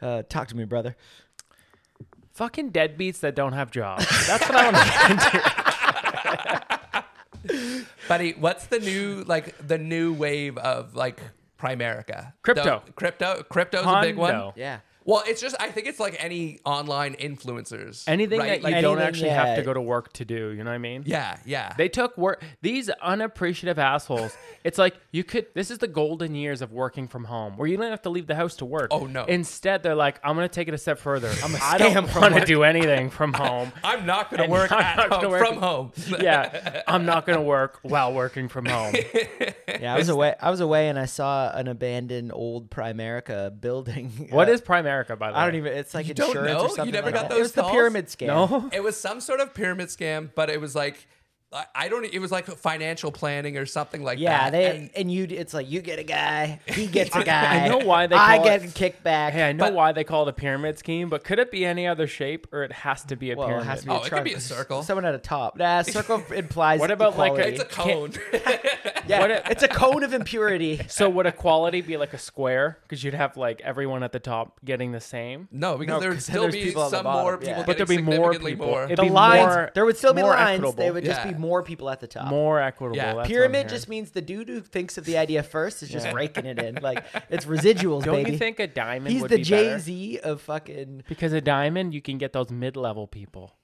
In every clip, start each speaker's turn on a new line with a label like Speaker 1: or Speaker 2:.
Speaker 1: Uh, talk to me, brother.
Speaker 2: Fucking deadbeats that don't have jobs. That's what I want to get into.
Speaker 3: Buddy, what's the new like the new wave of like Primerica?
Speaker 2: Crypto.
Speaker 3: The- crypto crypto's a big one.
Speaker 2: Hondo.
Speaker 1: Yeah.
Speaker 3: Well, it's just I think it's like any online influencers.
Speaker 2: Anything
Speaker 3: right?
Speaker 2: that you
Speaker 3: like,
Speaker 2: don't
Speaker 1: anything
Speaker 2: actually have to
Speaker 1: that-
Speaker 2: go to work to do. You know what I mean?
Speaker 3: Yeah, yeah.
Speaker 2: They took work. These unappreciative assholes. It's like you could. This is the golden years of working from home, where you don't have to leave the house to work.
Speaker 3: Oh, no.
Speaker 2: Instead, they're like, I'm gonna take it a step further. I'm a I
Speaker 1: scam
Speaker 2: don't
Speaker 1: from
Speaker 2: want to
Speaker 1: work."
Speaker 2: do anything from home.
Speaker 3: I'm not gonna
Speaker 2: And
Speaker 3: work,
Speaker 2: I'm
Speaker 3: at
Speaker 2: not gonna
Speaker 3: home-
Speaker 2: work-
Speaker 3: from home.
Speaker 2: yeah, I'm not gonna work while working from home.
Speaker 1: Yeah, I was away. I was away, and I saw an abandoned old Primerica building.
Speaker 2: What
Speaker 1: uh,
Speaker 2: is Primerica, by the way?
Speaker 1: I don't even. It's like
Speaker 3: don't
Speaker 1: insurance
Speaker 3: know?
Speaker 1: or
Speaker 3: You
Speaker 1: something.
Speaker 3: never
Speaker 1: like
Speaker 3: got
Speaker 1: that.
Speaker 3: those
Speaker 1: It was
Speaker 3: calls?
Speaker 1: the pyramid scam.
Speaker 2: No.
Speaker 3: it was some sort of pyramid scam, but it was like I- I don't. It was like financial planning or something like
Speaker 1: Yeah,
Speaker 3: that.
Speaker 1: they
Speaker 3: And-
Speaker 1: and, you. It's like you get a guy, he gets a guy.
Speaker 2: I know why they
Speaker 1: I
Speaker 2: call
Speaker 1: get
Speaker 2: it-
Speaker 1: kickback.
Speaker 2: Hey, I know
Speaker 3: But-
Speaker 2: why they call it a pyramid scheme, but could it be any other shape, or it has to be a
Speaker 1: well,
Speaker 2: pyramid?
Speaker 1: it has to be
Speaker 3: Oh,
Speaker 1: a
Speaker 3: it could
Speaker 1: tri-
Speaker 3: be a circle.
Speaker 1: Someone at a top. Nah, circle implies.
Speaker 2: What about like a-
Speaker 1: equality.
Speaker 3: it's a cone.
Speaker 1: yeah,
Speaker 2: what a-
Speaker 1: it's a cone of impurity.
Speaker 2: so would equality be like a square? Because you'd have like everyone at the top getting the same.
Speaker 3: no, because
Speaker 1: No,
Speaker 3: there would
Speaker 1: 'cause then
Speaker 3: still
Speaker 1: there's
Speaker 3: be
Speaker 1: people on the
Speaker 3: some
Speaker 1: bottom,
Speaker 3: more
Speaker 1: yeah.
Speaker 3: people,
Speaker 1: But
Speaker 2: But there'd
Speaker 3: getting
Speaker 2: be more
Speaker 3: significantly
Speaker 2: people.
Speaker 3: more.
Speaker 2: It'd
Speaker 1: The
Speaker 2: be
Speaker 1: lines.
Speaker 2: more-
Speaker 1: there would still be
Speaker 2: more
Speaker 1: lines.
Speaker 2: equitable.
Speaker 1: They would just
Speaker 3: Yeah.
Speaker 1: be more people at the top.
Speaker 2: More equitable.
Speaker 3: Yeah.
Speaker 2: that's what I'm
Speaker 1: Pyramid
Speaker 2: hearing.
Speaker 1: just means the dude who thinks of the idea first is just raking it in. Like it's residuals,
Speaker 2: Don't
Speaker 1: baby.
Speaker 2: you think a diamond
Speaker 1: He's
Speaker 2: would
Speaker 1: the
Speaker 2: be
Speaker 1: Jay
Speaker 2: better?
Speaker 1: Z of fucking.
Speaker 2: Because a diamond, you can get those mid-level people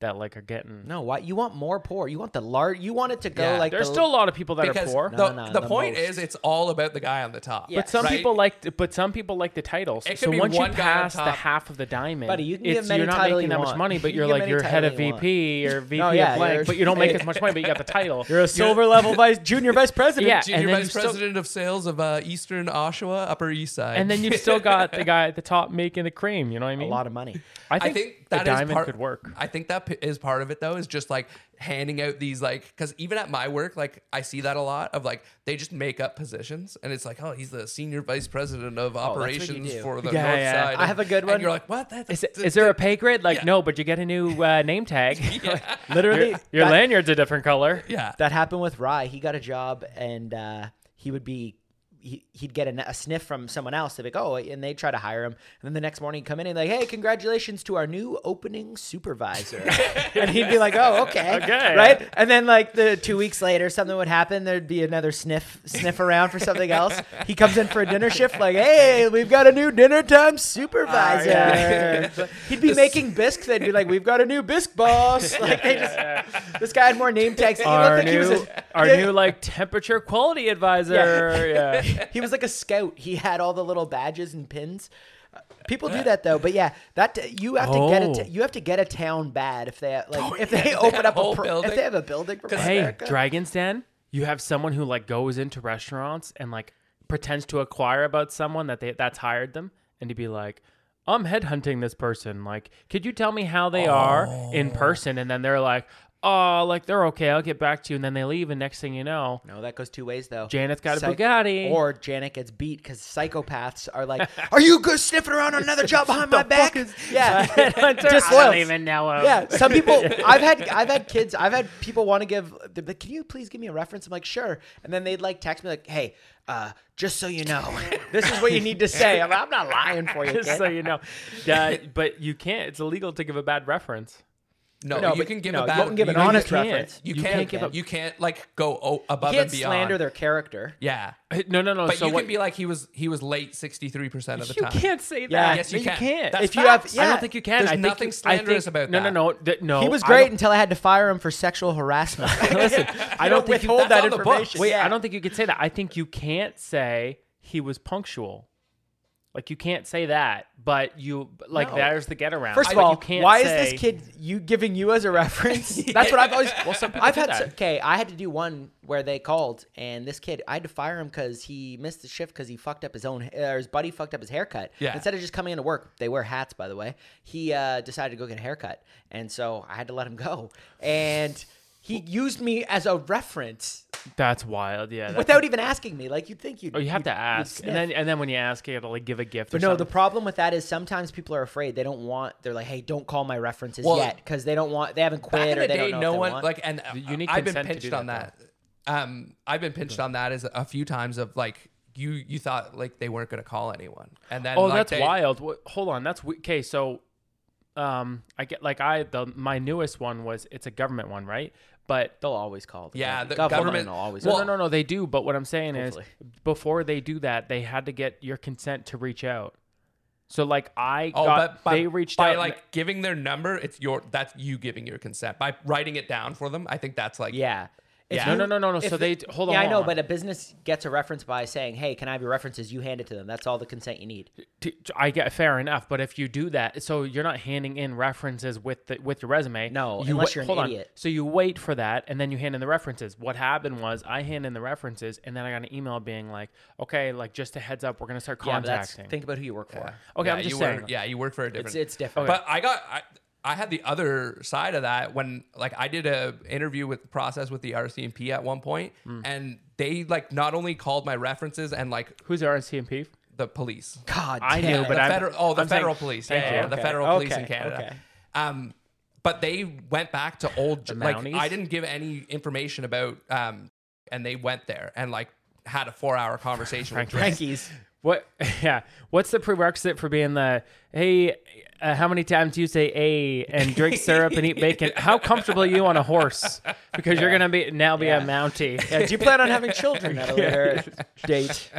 Speaker 2: that like are getting.
Speaker 1: No, why you want more poor? You want the large. You want it to go
Speaker 3: Yeah.
Speaker 1: like
Speaker 2: There's
Speaker 1: the,
Speaker 2: still a lot of people that
Speaker 3: because
Speaker 2: are poor,
Speaker 3: the,
Speaker 1: No, no,
Speaker 3: the
Speaker 1: the
Speaker 3: point
Speaker 1: most.
Speaker 3: is it's all about the guy on the top.
Speaker 1: Yeah.
Speaker 2: but some
Speaker 3: right?
Speaker 2: people like. But some people like the titles.
Speaker 3: It could
Speaker 2: so
Speaker 3: be
Speaker 2: once you
Speaker 3: one guy on
Speaker 2: pass the
Speaker 3: top.
Speaker 2: half of the diamond,
Speaker 1: Buddy, you can
Speaker 2: it's,
Speaker 1: get many
Speaker 2: you're not
Speaker 1: title
Speaker 2: making
Speaker 1: you
Speaker 2: that much
Speaker 1: want.
Speaker 2: money, but
Speaker 1: You
Speaker 2: you're
Speaker 1: can get
Speaker 2: like
Speaker 1: many
Speaker 2: you're head
Speaker 1: title
Speaker 2: of
Speaker 1: you want.
Speaker 2: VP or VP
Speaker 1: No, yeah,
Speaker 2: of blank,
Speaker 1: you're-
Speaker 2: but you don't make as much money, but you got the title.
Speaker 1: You're a silver level vice junior vice president.
Speaker 2: Yeah,
Speaker 3: Junior
Speaker 2: and then
Speaker 3: vice
Speaker 2: you still-
Speaker 3: president of sales of uh, Eastern Oshawa, Upper East Side.
Speaker 2: and then you've still got the guy at the top making the cream. You know what I
Speaker 1: a
Speaker 2: mean?
Speaker 1: lot of money.
Speaker 2: I
Speaker 3: I
Speaker 2: think,
Speaker 3: think
Speaker 2: the
Speaker 3: that is
Speaker 2: diamond
Speaker 3: part,
Speaker 2: could work.
Speaker 3: I think that p- is part of it though, is just like handing out these like because even at my work, like I see that a lot of like they just make up positions and it's like, oh, he's the senior vice president of
Speaker 1: what you
Speaker 3: operations
Speaker 1: do.
Speaker 3: for the
Speaker 2: Yeah,
Speaker 3: north
Speaker 2: yeah.
Speaker 3: side.
Speaker 1: I have a good
Speaker 3: And
Speaker 1: one.
Speaker 3: you're like, what? That's
Speaker 2: Is, is there a pay grade? Like, no, but you get a new uh, name tag.
Speaker 1: Literally,
Speaker 2: Your
Speaker 1: that,
Speaker 2: lanyard's a different color.
Speaker 3: yeah.
Speaker 1: that happened with Rye. He got a job, and uh, he would be. He, he'd get a, a sniff from someone else. They'd be like, oh, and they try to hire him. And then the next morning, he'd come in and like, hey, congratulations to our new opening supervisor. and he'd be like, oh, okay,
Speaker 2: Okay.
Speaker 1: right. And then like the two weeks later, something would happen. There'd be another sniff, sniff around for something else. He comes in for a dinner shift, like, hey, we've got a new dinner time supervisor. He'd be making bisque. They'd be like, we've got a new bisque boss. Like they just, this guy had more name tags. He looked
Speaker 2: Our
Speaker 1: like he was
Speaker 2: new,
Speaker 1: a,
Speaker 2: our
Speaker 1: yeah,
Speaker 2: new like temperature quality advisor. Yeah.
Speaker 1: he was like a scout. He had all the little badges and pins. Uh, People do that though, but yeah, that you have to get
Speaker 2: Oh.
Speaker 1: a t- you have to get a town bad if they like if
Speaker 3: yeah,
Speaker 1: they
Speaker 3: that
Speaker 1: open up
Speaker 3: whole
Speaker 1: a pro-
Speaker 3: building.
Speaker 1: if they have a building for
Speaker 3: 'Cause-
Speaker 2: Hey,
Speaker 1: America.
Speaker 2: Dragon's Den. You have someone who like goes into restaurants and like pretends to acquire about someone that they that's hired them, and to be like. I'm headhunting this person. Like, could you tell me how they are in person? And then they're like, oh, like they're okay. I'll get back to you. And then they leave. And next thing you know,
Speaker 1: No, that goes two ways though.
Speaker 2: Janet's got a
Speaker 1: Psych-
Speaker 2: Bugatti.
Speaker 1: or Janet gets beat because psychopaths are like, "Are you good sniffing around on another job behind my back?" yeah,
Speaker 2: I
Speaker 1: disloyal.
Speaker 2: don't even know him.
Speaker 1: Yeah, some people. I've had I've had kids. I've had people want to give. They're like, "Can you please give me a reference?" I'm like, "Sure," and then they'd like text me like, "Hey, uh, just so you know, this is what you need to say." I'm, like, I'm not lying for you.
Speaker 2: Just
Speaker 1: kid."
Speaker 2: so you know. Yeah, but you can't. It's illegal to give a bad reference.
Speaker 3: No,
Speaker 1: No,
Speaker 3: you
Speaker 1: but-
Speaker 3: can give
Speaker 1: no,
Speaker 3: a
Speaker 1: you
Speaker 3: bad.
Speaker 1: don't give an
Speaker 3: you
Speaker 1: honest
Speaker 3: can't-
Speaker 1: reference.
Speaker 3: You,
Speaker 2: You
Speaker 3: can't,
Speaker 2: can't
Speaker 3: give
Speaker 2: give
Speaker 3: up.
Speaker 2: a-
Speaker 3: You can't like go o- above
Speaker 1: You can't
Speaker 3: and beyond.
Speaker 1: slander their character.
Speaker 3: Yeah,
Speaker 2: No, no, no.
Speaker 3: but
Speaker 2: Oh, so
Speaker 3: you
Speaker 2: what,
Speaker 3: can be like he was he was late sixty three percent of the
Speaker 2: you
Speaker 3: time.
Speaker 2: can't say that.
Speaker 1: Yeah.
Speaker 3: Yes, you
Speaker 2: No,
Speaker 3: can.
Speaker 2: can't.
Speaker 3: That's
Speaker 1: If you have-
Speaker 3: facts.
Speaker 1: yeah.
Speaker 2: I don't think you can.
Speaker 3: There's
Speaker 2: I think you-
Speaker 3: nothing
Speaker 2: I
Speaker 3: slanderous
Speaker 2: think-
Speaker 3: about
Speaker 2: no,
Speaker 3: that.
Speaker 2: No, no, th- no.
Speaker 1: He was
Speaker 2: I
Speaker 1: great
Speaker 2: don't-
Speaker 1: until I had to fire him for sexual harassment.
Speaker 2: Listen, I don't think you,
Speaker 1: withhold
Speaker 3: that's
Speaker 1: that
Speaker 3: on the books.
Speaker 1: information.
Speaker 2: wait.
Speaker 1: Yeah.
Speaker 2: I don't think you could say that. I think you can't say he was punctual. Like you can't say that, but you like
Speaker 1: No.
Speaker 2: there's the get around.
Speaker 1: First of
Speaker 2: But
Speaker 1: all,
Speaker 2: you can't
Speaker 1: why is
Speaker 2: say-
Speaker 1: this kid you giving you as a reference? That's what I've always.
Speaker 2: Well, some people
Speaker 1: I've
Speaker 2: do
Speaker 1: had
Speaker 2: that.
Speaker 1: so- okay. I had to do one where they called, and this kid, I had to fire him because he missed the shift because he fucked up his own, or his buddy fucked up his haircut.
Speaker 3: Yeah.
Speaker 1: Instead of just coming into work, they wear hats, by the way. He uh, decided to go get a haircut, and so I had to let him go, and he used me as a reference
Speaker 2: That's wild. Yeah. that-
Speaker 1: without even asking me. Like you'd think you'd.
Speaker 2: Oh, you have to
Speaker 1: you'd- you'd
Speaker 2: ask,
Speaker 1: sniff.
Speaker 2: and then and then when you ask, you got to like give a gift.
Speaker 1: But no,
Speaker 2: or
Speaker 1: the
Speaker 2: something.
Speaker 1: problem with that is sometimes people are afraid. They don't want. They're like, "Hey, don't call my references
Speaker 3: Well,
Speaker 1: yet," because they don't want. They haven't quit
Speaker 3: back in
Speaker 1: or
Speaker 3: the
Speaker 1: they
Speaker 3: day,
Speaker 1: don't know
Speaker 3: no
Speaker 1: if they
Speaker 3: one
Speaker 1: want.
Speaker 3: like, and
Speaker 2: You need
Speaker 3: I've been
Speaker 2: consent to
Speaker 3: pinched
Speaker 2: do
Speaker 3: on that.
Speaker 2: that,
Speaker 3: Um, I've been pinched on that as a few times of like you you thought like they weren't going to call anyone, and then
Speaker 2: Oh,
Speaker 3: like,
Speaker 2: that's
Speaker 3: they-
Speaker 2: wild. Wha- Hold on, that's we- okay. So, um, I get like I the my newest one was it's a government one, right? But
Speaker 1: They'll always call. The
Speaker 3: Yeah,
Speaker 1: gov-
Speaker 3: the government-
Speaker 1: will always.
Speaker 2: no,
Speaker 3: Well-
Speaker 2: no, no, no, they do. But what I'm saying
Speaker 1: Hopefully.
Speaker 2: is, before they do that, they had to get your consent to reach out. So like I
Speaker 3: Oh,
Speaker 2: got
Speaker 3: but by,
Speaker 2: they reached
Speaker 3: by
Speaker 2: out and-
Speaker 3: like giving their number. It's your that's you giving your consent by writing it down for them. I think that's like
Speaker 1: yeah. If
Speaker 3: Yeah.
Speaker 2: no,
Speaker 1: you-
Speaker 2: no, no, no, no.
Speaker 1: if
Speaker 2: So
Speaker 1: the-
Speaker 2: they hold on.
Speaker 1: yeah, I
Speaker 2: hold
Speaker 1: know,
Speaker 2: on.
Speaker 1: but a business gets a reference by saying, "Hey, can I have your references?" You hand it to them. That's all the consent you need.
Speaker 2: T- I get fair enough, but if you do that, so you're not handing in references with the, with your resume.
Speaker 1: No,
Speaker 2: you
Speaker 1: unless
Speaker 2: wait-
Speaker 1: you're an
Speaker 2: hold on.
Speaker 1: idiot.
Speaker 2: So you wait for that, and then you hand in the references. What happened was I hand in the references, and then I got an email being like, "Okay, like just a heads up, we're gonna start
Speaker 1: Yeah, but that's-
Speaker 2: contacting."
Speaker 1: think about who you work for.
Speaker 2: okay,
Speaker 3: yeah,
Speaker 2: I'm just
Speaker 3: you
Speaker 2: saying.
Speaker 3: Work, yeah, you work for a different.
Speaker 1: It's it's different.
Speaker 3: But I got I, I had the other side of that when like I did a interview with the process with the RCMP at one point,
Speaker 2: Hmm.
Speaker 3: and they like not only called my references and like
Speaker 2: Who's the RCMP?
Speaker 3: the police.
Speaker 1: God,
Speaker 2: I
Speaker 1: damn.
Speaker 2: knew, but
Speaker 3: the
Speaker 2: I'm-
Speaker 3: federal, oh, the
Speaker 2: I'm saying-
Speaker 3: federal police. Yeah,
Speaker 2: Thank you.
Speaker 3: yeah, the
Speaker 1: Okay,
Speaker 3: federal police in
Speaker 1: okay,
Speaker 3: Canada.
Speaker 1: okay.
Speaker 3: Um, but they went back to old. like
Speaker 2: Mounties?
Speaker 3: I didn't give any information about. Um, and they went there and like had a four-hour conversation with Drake.
Speaker 1: Frankie's.
Speaker 2: What? Yeah. What's the prerequisite for being the hey? Uh, how many times do you say a and drink syrup and eat bacon? How comfortable are you on a horse? Because you're gonna be now be a
Speaker 1: Yeah.
Speaker 2: mountie.
Speaker 1: Yeah, do you plan on having children at a later date?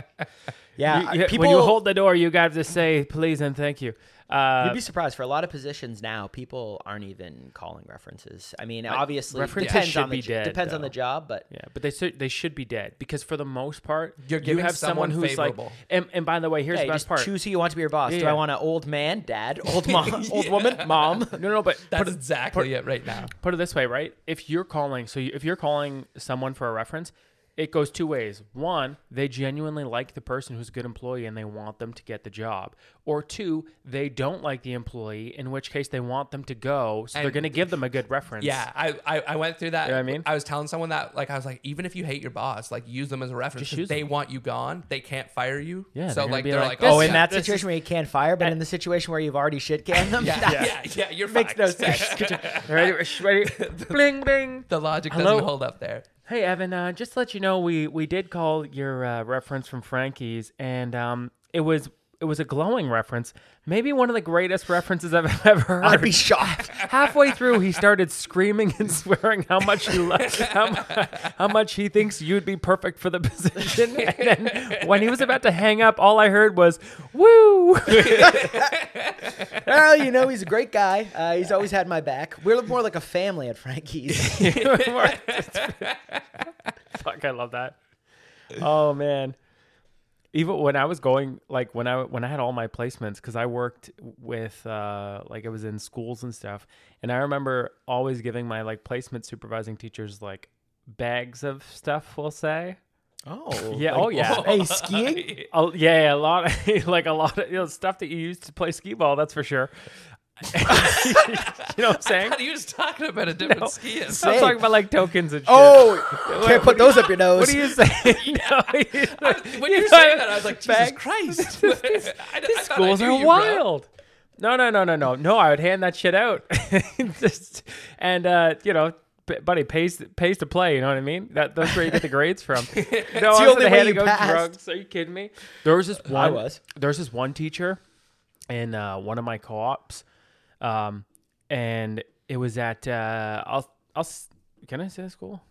Speaker 1: Yeah,
Speaker 2: You- you-
Speaker 1: people.
Speaker 2: when you hold the door, you got to say please and thank you. Uh,
Speaker 1: You'd be surprised for a lot of positions now. People aren't even calling references. I mean, obviously,
Speaker 2: references
Speaker 1: depends
Speaker 2: should
Speaker 1: on the
Speaker 2: be
Speaker 1: jo-
Speaker 2: dead,
Speaker 1: depends on
Speaker 2: though.
Speaker 1: the job, but
Speaker 2: yeah, but they should, they should be dead because for the most part,
Speaker 3: You're
Speaker 2: you
Speaker 3: giving
Speaker 2: have someone,
Speaker 3: someone
Speaker 2: who's
Speaker 3: favorable.
Speaker 2: like. And, and by the way, here's
Speaker 1: yeah,
Speaker 2: the
Speaker 1: you
Speaker 2: best
Speaker 1: just
Speaker 2: part.
Speaker 1: choose who you want to be your boss. Do
Speaker 2: yeah.
Speaker 1: I want an old man, dad, old mom, old woman, mom?
Speaker 2: no, no, but
Speaker 3: That's
Speaker 2: put it,
Speaker 3: exactly it right now.
Speaker 2: put it this way, right? If you're calling, so you, if you're calling someone for a reference, it goes two ways. One, they genuinely like the person who's a good employee and they want them to get the job. Or two, they don't like the employee, in which case they want them to go. So they're
Speaker 3: And-
Speaker 2: going to give them a good reference.
Speaker 3: Yeah, I, I I went through that.
Speaker 2: You know what I mean?
Speaker 3: was telling someone that like I was like, even if you hate your boss, like use them as a reference.
Speaker 2: use
Speaker 3: If they
Speaker 2: them.
Speaker 3: want you gone, they can't fire you.
Speaker 2: Yeah, they're
Speaker 3: So
Speaker 2: gonna
Speaker 3: like
Speaker 2: be
Speaker 3: they're
Speaker 2: like,
Speaker 3: like,
Speaker 2: this
Speaker 1: Oh,
Speaker 3: oh,
Speaker 1: in
Speaker 2: yeah,
Speaker 3: yeah,
Speaker 1: that
Speaker 2: this
Speaker 1: situation where you can't fire, but in the situation where you've already shit canned them,
Speaker 3: yeah,
Speaker 1: that's-
Speaker 3: yeah, yeah, you're
Speaker 1: makes no
Speaker 3: fucked.
Speaker 1: sense.
Speaker 2: Ready? ready? bling, bling.
Speaker 3: The logic
Speaker 2: Hello?
Speaker 3: doesn't hold up there.
Speaker 2: Hey Evan, uh, just to let you know we we did call your uh, reference from Frankie's, and um, it was it was a glowing reference, maybe one of the greatest references I've ever heard.
Speaker 1: I'd be shocked.
Speaker 2: Halfway through, he started screaming and swearing how much he lo- how, mu- how much he thinks you'd be perfect for the position. And then when he was about to hang up, all I heard was "woo."
Speaker 1: Well, you know, he's a great guy. Uh, he's always had my back. We're more like a family at Frankie's.
Speaker 2: Fuck, I love that. Oh man. Even when I was going, like when I when I had all my placements, because I worked with uh, like I was in schools and stuff, and I remember always giving my like placement supervising teachers like bags of stuff. We'll say,
Speaker 1: Oh,
Speaker 2: yeah, oh yeah,
Speaker 1: Hey, skiing?
Speaker 2: a, yeah, a lot, like a lot of you know, stuff that you use to play skee ball. That's for sure. you know what I'm saying?
Speaker 3: He was talking about a different
Speaker 2: No.
Speaker 3: skier.
Speaker 2: I'm
Speaker 1: Same.
Speaker 2: talking about like tokens and shit.
Speaker 1: Oh, can't put those up your nose.
Speaker 2: What do you saying? No,
Speaker 3: When you were saying that, I was like, Jesus
Speaker 2: bags.
Speaker 3: Christ! I- I, thought I
Speaker 2: schools
Speaker 3: knew
Speaker 2: are
Speaker 3: you, bro.
Speaker 2: wild. No, no, no, no, no, no. I would hand that shit out, Just- and uh, you know, b- buddy pays pays to play. You know what I mean? That that's where you get the grades from. No,
Speaker 1: only
Speaker 2: I
Speaker 1: way
Speaker 2: wasn't
Speaker 1: you
Speaker 2: handing out
Speaker 1: passed.
Speaker 2: drugs. Are you kidding me? There was this one.
Speaker 1: was.
Speaker 2: There was this one teacher in uh, one of my co-ops, um, and it was at uh, I'll I'll s- can I say the school?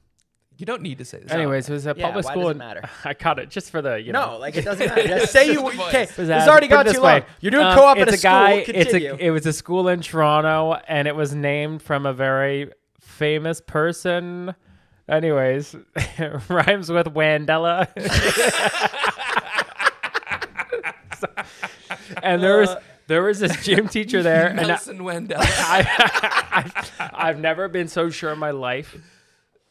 Speaker 3: You don't need to say this.
Speaker 2: Anyways, it was a
Speaker 1: Yeah,
Speaker 2: public
Speaker 1: why
Speaker 2: school.
Speaker 1: does it matter?
Speaker 2: and- I caught it just for the you know
Speaker 1: No, like it doesn't matter. Just say you.
Speaker 3: Just the
Speaker 1: Okay,
Speaker 3: voice.
Speaker 1: this
Speaker 2: Zaz,
Speaker 1: already
Speaker 2: put it
Speaker 1: got
Speaker 2: this
Speaker 1: too
Speaker 2: way.
Speaker 1: long. You're doing
Speaker 2: Um,
Speaker 1: co-op at
Speaker 2: it's
Speaker 1: a, school.
Speaker 2: It's
Speaker 1: Continue.
Speaker 2: a, it was a school in Toronto, and it was named from a very famous person. Anyways, rhymes with Wandela. and there was there was this gym teacher there, and I,
Speaker 3: Nelson Wendell.
Speaker 2: I've never been so sure in my life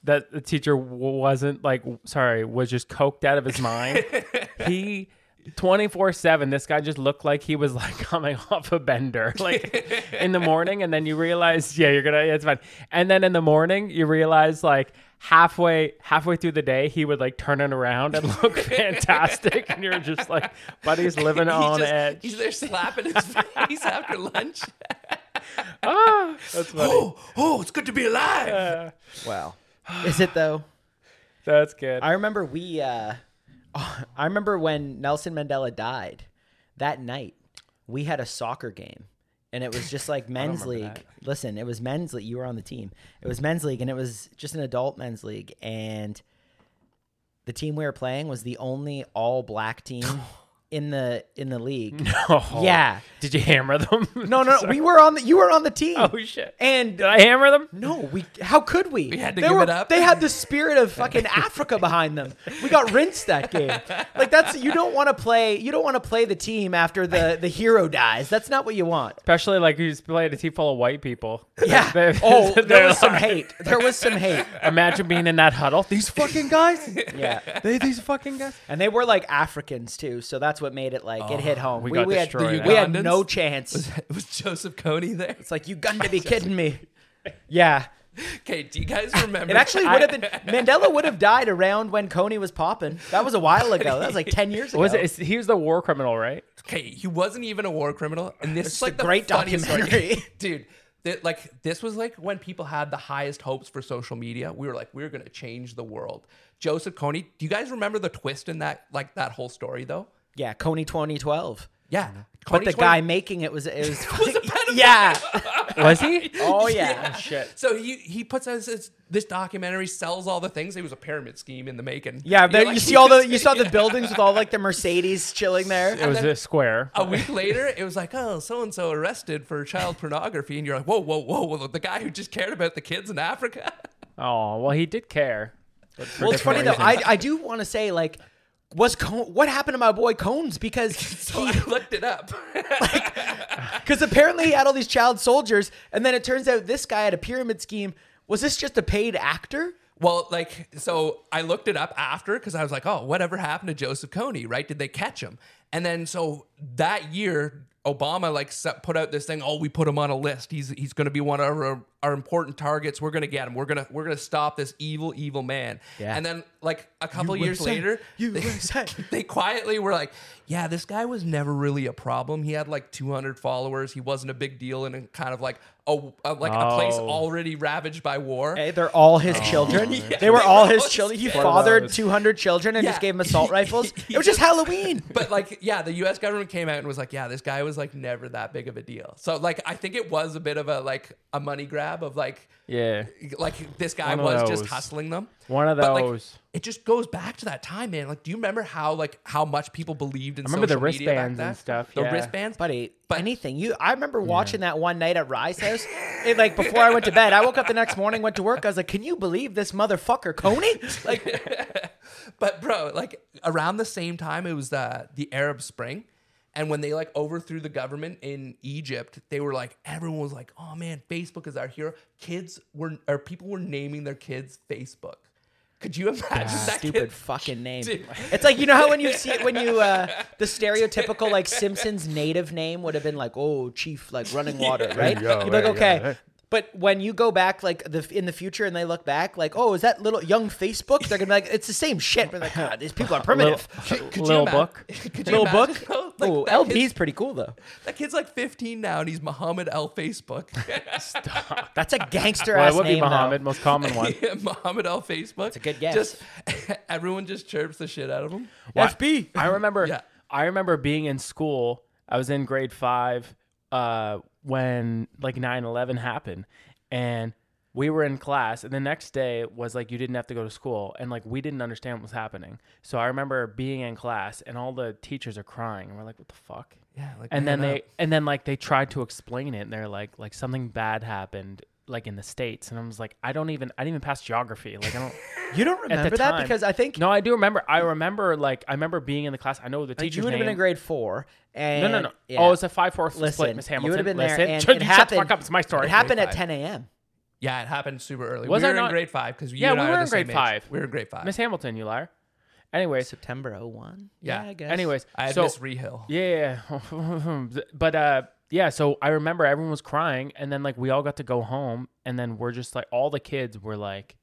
Speaker 2: that the teacher w- wasn't like, w- sorry, was just coked out of his mind. he. 24 7 this guy just looked like he was like coming off a bender like in the morning and then you realize yeah you're gonna it's fine and then in the morning you realize like halfway halfway through the day he would like turn it around and look fantastic and you're just like buddy's living
Speaker 3: He's
Speaker 2: on
Speaker 3: just-
Speaker 2: edge
Speaker 3: He's there slapping his face after lunch.
Speaker 2: ah, that's funny
Speaker 3: Oh, oh, it's good to be alive.
Speaker 2: Uh.
Speaker 1: Wow. Is it though?
Speaker 2: that's good
Speaker 1: I remember we. uh I remember when Nelson Mandela died. That night, we had a soccer game, and it was just like men's
Speaker 2: remember
Speaker 1: league. Listen, it was men's league. You were on the team. It was men's league, and it was just an adult men's league. And the team we were playing was the only all-black team in the in the league.
Speaker 2: Oh.
Speaker 1: Yeah.
Speaker 2: Did you hammer them?
Speaker 1: No, no, no, we were on the. You were on the team.
Speaker 2: Oh shit.
Speaker 1: And uh,
Speaker 2: Did I hammer them?
Speaker 1: no, we. How could we? We
Speaker 3: had to give it up.
Speaker 1: They had the spirit of fucking Africa behind them. We got rinsed that game. Like that's you don't want to play. You don't want to play the team after the the hero dies. That's not what you want.
Speaker 2: Especially like you just played a team full of white people.
Speaker 1: Yeah.
Speaker 2: They-
Speaker 1: oh, there
Speaker 2: they're
Speaker 1: was some
Speaker 2: like-
Speaker 1: hate. There was some hate.
Speaker 2: Imagine being in that huddle. These fucking guys.
Speaker 1: Yeah.
Speaker 2: they these fucking guys.
Speaker 1: And they were like Africans too, so that's what made it like it hit home.
Speaker 2: Oh, we got
Speaker 1: had,
Speaker 2: destroyed.
Speaker 1: we had
Speaker 3: Ugandans?
Speaker 1: no chance.
Speaker 3: was Joseph Coney there?
Speaker 1: It's like you got to be kidding me. Yeah.
Speaker 3: Okay, do you guys remember?
Speaker 1: It actually would have been Mandela would have died around when Coney was popping. That was a while ago. That was like ten years ago.
Speaker 2: Was it? it's- He was the war criminal, right?
Speaker 3: Okay, he wasn't even a war criminal, and this is like
Speaker 1: a
Speaker 3: the
Speaker 1: great
Speaker 3: funniest part.
Speaker 1: documentary.
Speaker 3: dude. That like this was like when people had the highest hopes for social media. We were like, we are gonna change the world. Joseph Coney, do you guys remember the twist in that like that whole story though?
Speaker 1: Yeah, Coney 2012.
Speaker 3: Yeah,
Speaker 1: But
Speaker 3: Coney
Speaker 1: the
Speaker 3: Twain-
Speaker 1: guy making it was it was,
Speaker 3: a pedophile.
Speaker 1: yeah.
Speaker 2: Was he?
Speaker 1: Oh yeah.
Speaker 2: Shit.
Speaker 3: So he he puts out this, this documentary, sells all the things. It was a pyramid scheme in the making.
Speaker 1: Yeah,
Speaker 3: You're
Speaker 1: there,
Speaker 3: like-
Speaker 1: you see all the you saw the buildings with all like the Mercedes chilling there.
Speaker 2: It was a square.
Speaker 3: a week later, it was like, oh, so and so arrested for child pornography, and you're like, whoa, whoa, whoa, well, the guy who just cared about the kids in Africa.
Speaker 2: Oh well, he did care. but for
Speaker 1: Well, it's
Speaker 2: different
Speaker 1: funny though. I
Speaker 2: reasons.
Speaker 1: I do want to say like, was Cone, what happened to my boy Cones? Because
Speaker 3: So I looked it up.
Speaker 1: because apparently he had all these child soldiers, and then it turns out this guy had a pyramid scheme. Was this just a paid actor?
Speaker 3: well, like, so I looked it up after because I was like, oh, whatever happened to Joseph Coney, right? Did they catch him? And then so that year, Obama like set, put out this thing. Oh, we put him on a list. He's he's going to be one of our, our important targets. We're going to get him. We're gonna we're gonna stop this evil evil man.
Speaker 1: Yeah.
Speaker 3: And then like a couple years
Speaker 1: USA,
Speaker 3: later,
Speaker 1: USA.
Speaker 3: they quietly were like, yeah, this guy was never really a problem. He had like 200 followers. He wasn't a big deal in a kind of like a, a like a place
Speaker 2: Oh.
Speaker 3: already ravaged by war.
Speaker 1: Hey, they're all his children. They were
Speaker 3: They
Speaker 1: all
Speaker 3: were
Speaker 1: his
Speaker 3: all his
Speaker 1: children. He
Speaker 3: kids.
Speaker 1: fathered
Speaker 2: those.
Speaker 1: 200 children and just
Speaker 3: Yeah.
Speaker 1: gave them assault rifles.
Speaker 3: He
Speaker 1: It was just
Speaker 3: just-
Speaker 1: Halloween.
Speaker 3: but like yeah the us government came out and was like yeah this guy was like never that big of a deal so like i think it was a bit of a like a money grab of like
Speaker 2: yeah,
Speaker 3: like this guy
Speaker 2: One of
Speaker 3: was just
Speaker 2: those.
Speaker 3: hustling them
Speaker 2: one of
Speaker 3: But, like,
Speaker 2: those.
Speaker 3: it just goes back to that time man like do you remember how like how much people believed in
Speaker 2: remember the
Speaker 3: social media back
Speaker 2: wristbands and
Speaker 3: then?
Speaker 2: stuff,
Speaker 3: the
Speaker 2: yeah.
Speaker 3: wristbands
Speaker 1: buddy.
Speaker 3: But-
Speaker 1: anything you, I remember watching that one night at Rye's house. It, like before I went to bed, I woke up the next morning, went to work. I was like, "Can you believe this motherfucker, Coney?" Like,
Speaker 3: But bro, like around the same time, it was the the Arab Spring, and when they like overthrew the government in Egypt, they were like everyone was like, "Oh man, Facebook is our hero." Kids were or people were naming their kids Facebook. Could you imagine that
Speaker 1: stupid
Speaker 3: kid?
Speaker 1: fucking name.
Speaker 3: Dude.
Speaker 1: It's like you know how when you see it when you uh, the stereotypical like Simpsons native name would have been like, "Oh, Chief, like running water," right?
Speaker 2: go,
Speaker 1: You'd be like,
Speaker 2: there you go,
Speaker 1: "Okay."
Speaker 2: hey.
Speaker 1: But when you go back, like the in the future, and they look back, like, "Oh, is that little young Facebook?" They're gonna be like, "It's the same shit." But like, God, these people are primitive.
Speaker 2: Little,
Speaker 3: Could you
Speaker 2: little
Speaker 3: ima-
Speaker 2: book.
Speaker 3: Could you
Speaker 1: Little,
Speaker 3: imagine,
Speaker 1: book.
Speaker 3: though? Like,
Speaker 1: Oh,
Speaker 3: that
Speaker 1: LB's
Speaker 3: kid's-
Speaker 1: pretty cool though.
Speaker 3: that kid's like 15 now, and he's Muhammad L. Facebook.
Speaker 1: That's a gangster
Speaker 2: Well,
Speaker 1: ass
Speaker 2: it would
Speaker 1: name.
Speaker 2: be
Speaker 1: though.
Speaker 2: Muhammad, most common one.
Speaker 3: Yeah, Muhammad L. Facebook. It's
Speaker 1: a good guess.
Speaker 3: Just everyone just chirps the shit out of him.
Speaker 2: Well,
Speaker 1: FB.
Speaker 2: I remember.
Speaker 3: Yeah.
Speaker 2: I remember being in school. I was in grade five uh, when like 9-11 happened, and we were in class. And the next day was like you didn't have to go to school, and like we didn't understand what was happening. So I remember being in class, and all the teachers are crying, and we're like, "What the fuck?"
Speaker 3: Yeah, like,
Speaker 2: and then
Speaker 3: man
Speaker 2: they and then like they tried to explain it and they're like like something bad happened like in the states and i was like i don't even i didn't even pass geography like i don't
Speaker 1: You don't remember that
Speaker 2: time.
Speaker 1: because I think
Speaker 2: no i do remember i remember like i remember being in the class i know the teacher
Speaker 1: you would have been in grade four. And
Speaker 2: no no no
Speaker 1: yeah.
Speaker 2: oh it's a 5 4
Speaker 1: Listen,
Speaker 2: split miss hamilton
Speaker 1: You would have been
Speaker 2: Listen.
Speaker 1: there, and
Speaker 2: Shut-
Speaker 1: it
Speaker 2: you shut the
Speaker 1: happened.
Speaker 2: fuck up it's my story
Speaker 1: It happened at
Speaker 3: Grade
Speaker 1: 10 a.m.
Speaker 3: Yeah, it happened super early.
Speaker 2: Was
Speaker 3: we
Speaker 2: I
Speaker 3: were
Speaker 2: not-
Speaker 3: in grade five because
Speaker 2: Yeah, we were in grade five.
Speaker 3: We were in grade five.
Speaker 2: miss hamilton you liar anyways
Speaker 1: September 01.
Speaker 3: Yeah.
Speaker 1: I guess.
Speaker 2: anyways
Speaker 3: I had
Speaker 2: so
Speaker 3: Miss Rehill.
Speaker 2: Yeah, yeah, yeah. but uh, yeah. So I remember everyone was crying, and then like we all got to go home, and then we're just like all the kids were like,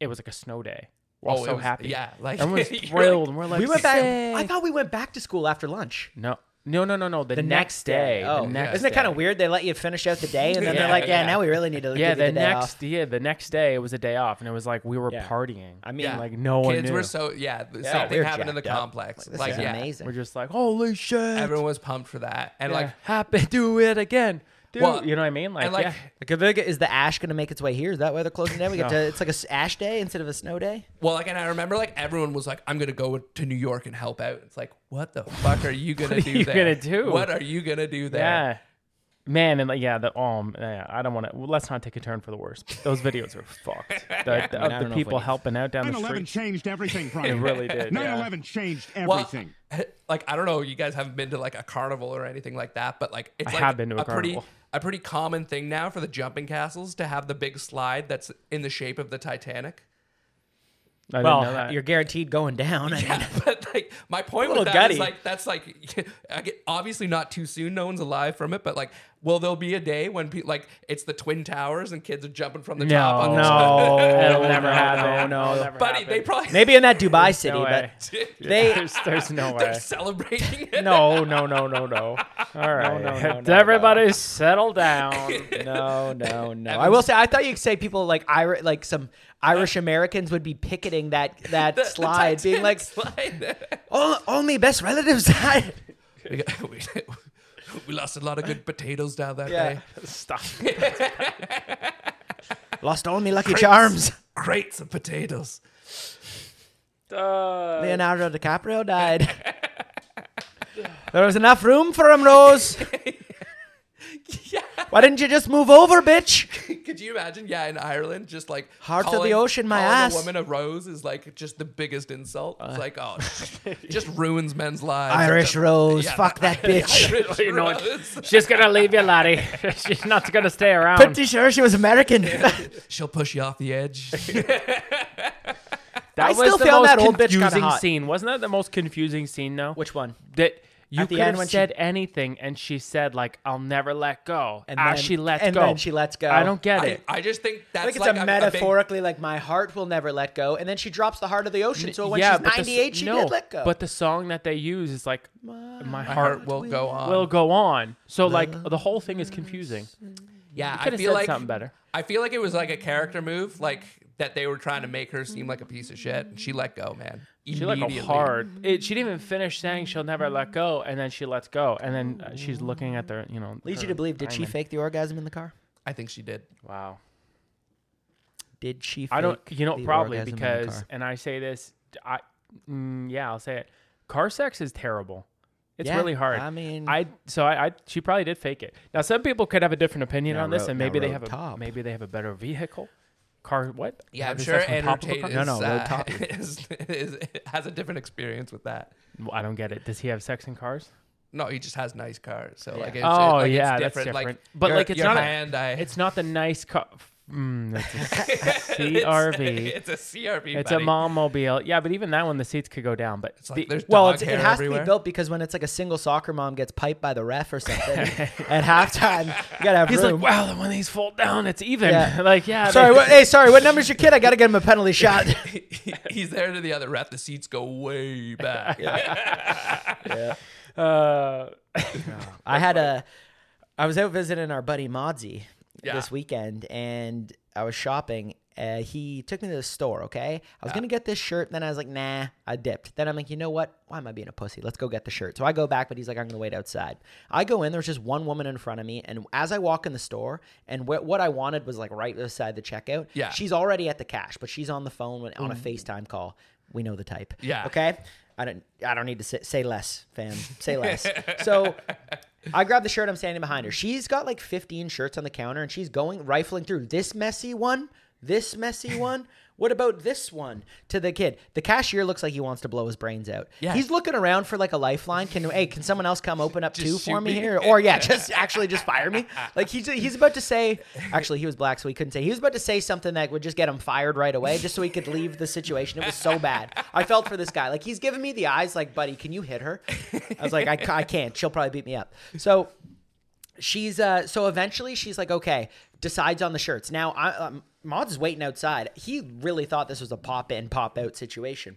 Speaker 2: it was like a snow day. We're
Speaker 1: Oh,
Speaker 2: all
Speaker 3: Oh, it
Speaker 2: so
Speaker 3: was-
Speaker 2: happy.
Speaker 3: Yeah, like
Speaker 2: everyone's
Speaker 3: you're like-
Speaker 2: thrilled. and we're like,
Speaker 1: we went back.
Speaker 2: "Sick."
Speaker 1: I thought we went back to school after lunch.
Speaker 2: no, No, no, no, no. The,
Speaker 1: The
Speaker 2: next day.
Speaker 1: Oh,
Speaker 2: the next
Speaker 1: isn't it kind
Speaker 2: day.
Speaker 1: of weird? They let you finish out the day, and then
Speaker 2: Yeah,
Speaker 1: they're like, "Yeah,
Speaker 2: yeah.
Speaker 1: now we really need to
Speaker 2: Yeah,
Speaker 1: give
Speaker 2: the,
Speaker 1: you the day
Speaker 2: next
Speaker 1: off."
Speaker 2: yeah, the next day it was a day off, and it was like we were
Speaker 1: Yeah.
Speaker 2: partying.
Speaker 1: I mean,
Speaker 3: Yeah.
Speaker 2: like no one
Speaker 3: Kids
Speaker 2: knew.
Speaker 3: were so yeah.
Speaker 1: they're
Speaker 3: something happened in the
Speaker 1: jacked up.
Speaker 3: complex.
Speaker 1: This
Speaker 3: Like
Speaker 1: is
Speaker 3: yeah,
Speaker 1: amazing.
Speaker 2: we're just like holy shit.
Speaker 3: everyone was pumped for that, and
Speaker 2: Yeah.
Speaker 3: like
Speaker 2: happy do it again. Dude,
Speaker 3: Well,
Speaker 2: you know what I mean? Like,
Speaker 3: and, like,
Speaker 2: yeah.
Speaker 1: Like, if they get- is the ash going to make its way here? Is that why they're closing down? We get to it's like a s- ash day instead of a snow day.
Speaker 3: Well, like, and I remember like everyone was like, "I'm gonna go to New York and help out." It's like, what the fuck are you gonna
Speaker 2: are
Speaker 3: do?
Speaker 2: you
Speaker 3: there?
Speaker 2: gonna do?
Speaker 3: What are you gonna do there?
Speaker 2: Yeah. Man, and like, yeah, the um, yeah, I don't want to. Well, let's not take a turn for the worse. Those videos are fucked. The, the-
Speaker 1: I mean, I
Speaker 2: of
Speaker 1: don't know
Speaker 2: the
Speaker 1: if
Speaker 2: people
Speaker 1: we-
Speaker 2: helping out down
Speaker 4: 9
Speaker 2: the
Speaker 4: 11
Speaker 2: street.
Speaker 4: changed everything, Brian.
Speaker 2: It really did,
Speaker 4: 9
Speaker 2: yeah.
Speaker 4: 11 changed
Speaker 3: Well,
Speaker 4: everything.
Speaker 3: like I don't know, you guys haven't been to like a carnival or anything like that, but like it's
Speaker 2: I
Speaker 3: like
Speaker 2: have been to a
Speaker 3: pretty
Speaker 2: carnival.
Speaker 3: a pretty common thing now for the jumping castles to have the big slide that's in the shape of the Titanic.
Speaker 2: I didn't know
Speaker 1: Well,
Speaker 2: that.
Speaker 1: you're guaranteed going down. I mean,
Speaker 3: but like my point with
Speaker 1: little
Speaker 3: that is
Speaker 1: gutty.
Speaker 3: like that's like I get- obviously not too soon. No one's alive from it, but like will there be a day when people like it's the twin towers and kids are jumping from the top?
Speaker 2: no,
Speaker 3: On
Speaker 2: no,
Speaker 1: It'll
Speaker 2: no,
Speaker 1: never
Speaker 2: no,
Speaker 1: happen.
Speaker 2: No,
Speaker 1: It'll
Speaker 2: no,
Speaker 1: never
Speaker 3: buddy, they probably
Speaker 1: maybe in that Dubai city,
Speaker 2: no
Speaker 1: but
Speaker 2: way.
Speaker 1: they-
Speaker 2: there's, there's no
Speaker 3: they're
Speaker 2: way.
Speaker 3: celebrating.
Speaker 2: No, no, no, no, no. All right,
Speaker 1: no, no, no,
Speaker 2: everybody, settle down.
Speaker 1: no, no, no. I will say, I thought you'd say people like Irish, like some Irish Americans would be picketing that that
Speaker 3: The
Speaker 1: slide, being
Speaker 3: Titanic
Speaker 1: like,
Speaker 3: slide.
Speaker 1: "Oh, only best relatives died."
Speaker 3: we, got- we, we lost a lot of good potatoes down that
Speaker 1: Yeah,
Speaker 3: day.
Speaker 2: Stop.
Speaker 1: lost all me lucky charms.
Speaker 3: Crates of potatoes.
Speaker 2: Uh,
Speaker 1: Leonardo DiCaprio died. there was enough room for him, Rose.
Speaker 3: Yeah.
Speaker 1: Why didn't you just move over, bitch?
Speaker 3: Could you imagine? Yeah, in Ireland, just like
Speaker 1: Heart of the ocean, my
Speaker 3: calling
Speaker 1: ass. Uh.
Speaker 3: A woman a rose is like just the biggest insult. It's like oh, just ruins men's lives.
Speaker 1: Irish
Speaker 3: Just-
Speaker 1: Rose,
Speaker 3: yeah,
Speaker 1: fuck that bitch.
Speaker 3: Irish
Speaker 2: You know what?
Speaker 3: rose.
Speaker 2: She's gonna leave you, laddie. She's not gonna stay around.
Speaker 1: Pretty sure she was American.
Speaker 3: She'll push you off the edge.
Speaker 2: That
Speaker 1: I
Speaker 2: was
Speaker 1: still
Speaker 2: the
Speaker 1: found
Speaker 2: most
Speaker 1: that old bitch kinda
Speaker 2: confusing
Speaker 1: hot.
Speaker 2: scene. Wasn't that the most confusing scene though?
Speaker 1: Which one?
Speaker 2: that you
Speaker 1: At the
Speaker 2: could
Speaker 1: end
Speaker 2: have
Speaker 1: when she-
Speaker 2: said anything and she said like I'll never let go.
Speaker 1: And
Speaker 2: And ah,
Speaker 1: then-
Speaker 2: she lets
Speaker 1: and
Speaker 2: go.
Speaker 1: then she lets go.
Speaker 2: I don't get
Speaker 3: I,
Speaker 2: it.
Speaker 3: I just think that's
Speaker 1: I think it's
Speaker 3: like
Speaker 1: a
Speaker 3: big-
Speaker 1: metaphorically like my heart will never let go, and then she drops the heart of the ocean. So when she's
Speaker 2: but the s-
Speaker 1: 98, she
Speaker 2: no,
Speaker 1: did let go.
Speaker 2: But the song that they use is like my,
Speaker 3: my
Speaker 2: heart
Speaker 3: heart will go on.
Speaker 2: will go on. So like the whole thing is confusing.
Speaker 3: yeah, I
Speaker 2: coulda
Speaker 3: feel
Speaker 2: said
Speaker 3: like
Speaker 2: something better.
Speaker 3: I feel like it was like a character move, like that they were trying to make her seem like a piece of shit. And she let go, man.
Speaker 2: She let go
Speaker 3: Immediately.
Speaker 2: hard. It, she didn't even finish saying she'll never let go, and then she lets go, and then uh, she's looking at the you know.
Speaker 1: Leads you
Speaker 2: her
Speaker 1: to believe, did she
Speaker 2: diamond.
Speaker 1: fake the orgasm in the car?
Speaker 3: I think she did.
Speaker 2: Wow.
Speaker 1: Did she? Fake
Speaker 2: I don't. You know,
Speaker 1: the
Speaker 2: probably
Speaker 1: orgasm in the
Speaker 2: because,
Speaker 1: car?
Speaker 2: and I say this, I mm, yeah, I'll say it. Car sex is terrible. It's
Speaker 1: Yeah,
Speaker 2: really hard.
Speaker 1: I mean-
Speaker 2: I so I, I she probably did fake it. Now some people could have a different opinion
Speaker 1: Now
Speaker 2: on this,
Speaker 1: road-
Speaker 2: and
Speaker 1: now
Speaker 2: maybe they
Speaker 1: road
Speaker 2: have a
Speaker 1: top.
Speaker 2: maybe they have a better vehicle. Car what?
Speaker 3: Yeah, I'm
Speaker 2: Having
Speaker 3: sure
Speaker 2: sex on
Speaker 3: Andrew
Speaker 2: top of a
Speaker 3: Tate
Speaker 2: car?
Speaker 3: is,
Speaker 2: No, no,
Speaker 3: uh,
Speaker 2: road top.
Speaker 3: is- is- has a different experience with that.
Speaker 2: Well, I don't get it. Does he have sex in cars?
Speaker 3: No, he just has nice cars. So like, it's,
Speaker 2: Oh
Speaker 3: it- like,
Speaker 2: yeah,
Speaker 3: it's
Speaker 2: that's
Speaker 3: different.
Speaker 2: different.
Speaker 3: Like,
Speaker 2: but
Speaker 3: your-
Speaker 2: like it's
Speaker 3: your
Speaker 2: not
Speaker 3: hand,
Speaker 2: a,
Speaker 3: I-
Speaker 2: it's not the nice car. Mm, that's a CRV.
Speaker 3: It's a CRV.
Speaker 2: It's a
Speaker 3: buddy.
Speaker 2: mom mobile. Yeah, but even that one, the seats could go down. But
Speaker 3: It's like
Speaker 2: the,
Speaker 3: there's
Speaker 1: Well,
Speaker 3: dog
Speaker 1: it's, it
Speaker 3: hair
Speaker 1: has to
Speaker 3: everywhere.
Speaker 1: be built because when it's like a single soccer mom gets piped by the ref or something at halftime, you gotta have
Speaker 2: He's
Speaker 1: room.
Speaker 2: like, wow, the when these fold down, it's even.
Speaker 1: Yeah.
Speaker 2: like, yeah.
Speaker 1: sorry,
Speaker 2: they-
Speaker 1: what, hey, sorry, what number's your kid? I gotta get him a penalty shot.
Speaker 3: He's there to the other ref. The seats go way back.
Speaker 2: uh,
Speaker 1: I had a, I was out visiting our buddy Modzi
Speaker 3: Yeah.
Speaker 1: this weekend, and I was shopping. Uh, he took me to the store. Okay, I was gonna get this shirt, then I was like, nah, I dipped. Then I'm like, you know what? Why am I being a pussy? Let's go get the shirt. So I go back, but he's like, I'm gonna wait outside. I go in. There's just one woman in front of me, and as I walk in the store, and wh- what I wanted was like right beside the checkout.
Speaker 3: Yeah. Mm.
Speaker 1: she's already at the cash, but she's on the phone when, on a FaceTime call. We know the type.
Speaker 3: Yeah.
Speaker 1: Okay. I don't. I don't need to say, say less, fam. Say less. so I grab the shirt. I'm standing behind her. She's got like 15 shirts on the counter, and she's going rifling through this messy one, this messy one. What about this one? To the kid, the cashier looks like he wants to blow his brains out.
Speaker 3: Yeah.
Speaker 1: he's looking around for like a lifeline. Can hey, can someone else come open up two for
Speaker 3: shoot
Speaker 1: me
Speaker 3: me.
Speaker 1: here? Or yeah, just actually just fire me. Like he's he's about to say. Actually, he was black, so he couldn't say. He was about to say something that would just get him fired right away, just so he could leave the situation. It was so bad. I felt for this guy. Like he's giving me the eyes. Like, buddy, can you hit her? I was like, I, ca- I can't. She'll probably beat me up. So she's uh so eventually she's like okay decides on the shirts now I, um, Mods is waiting outside he really thought this was a pop in pop out situation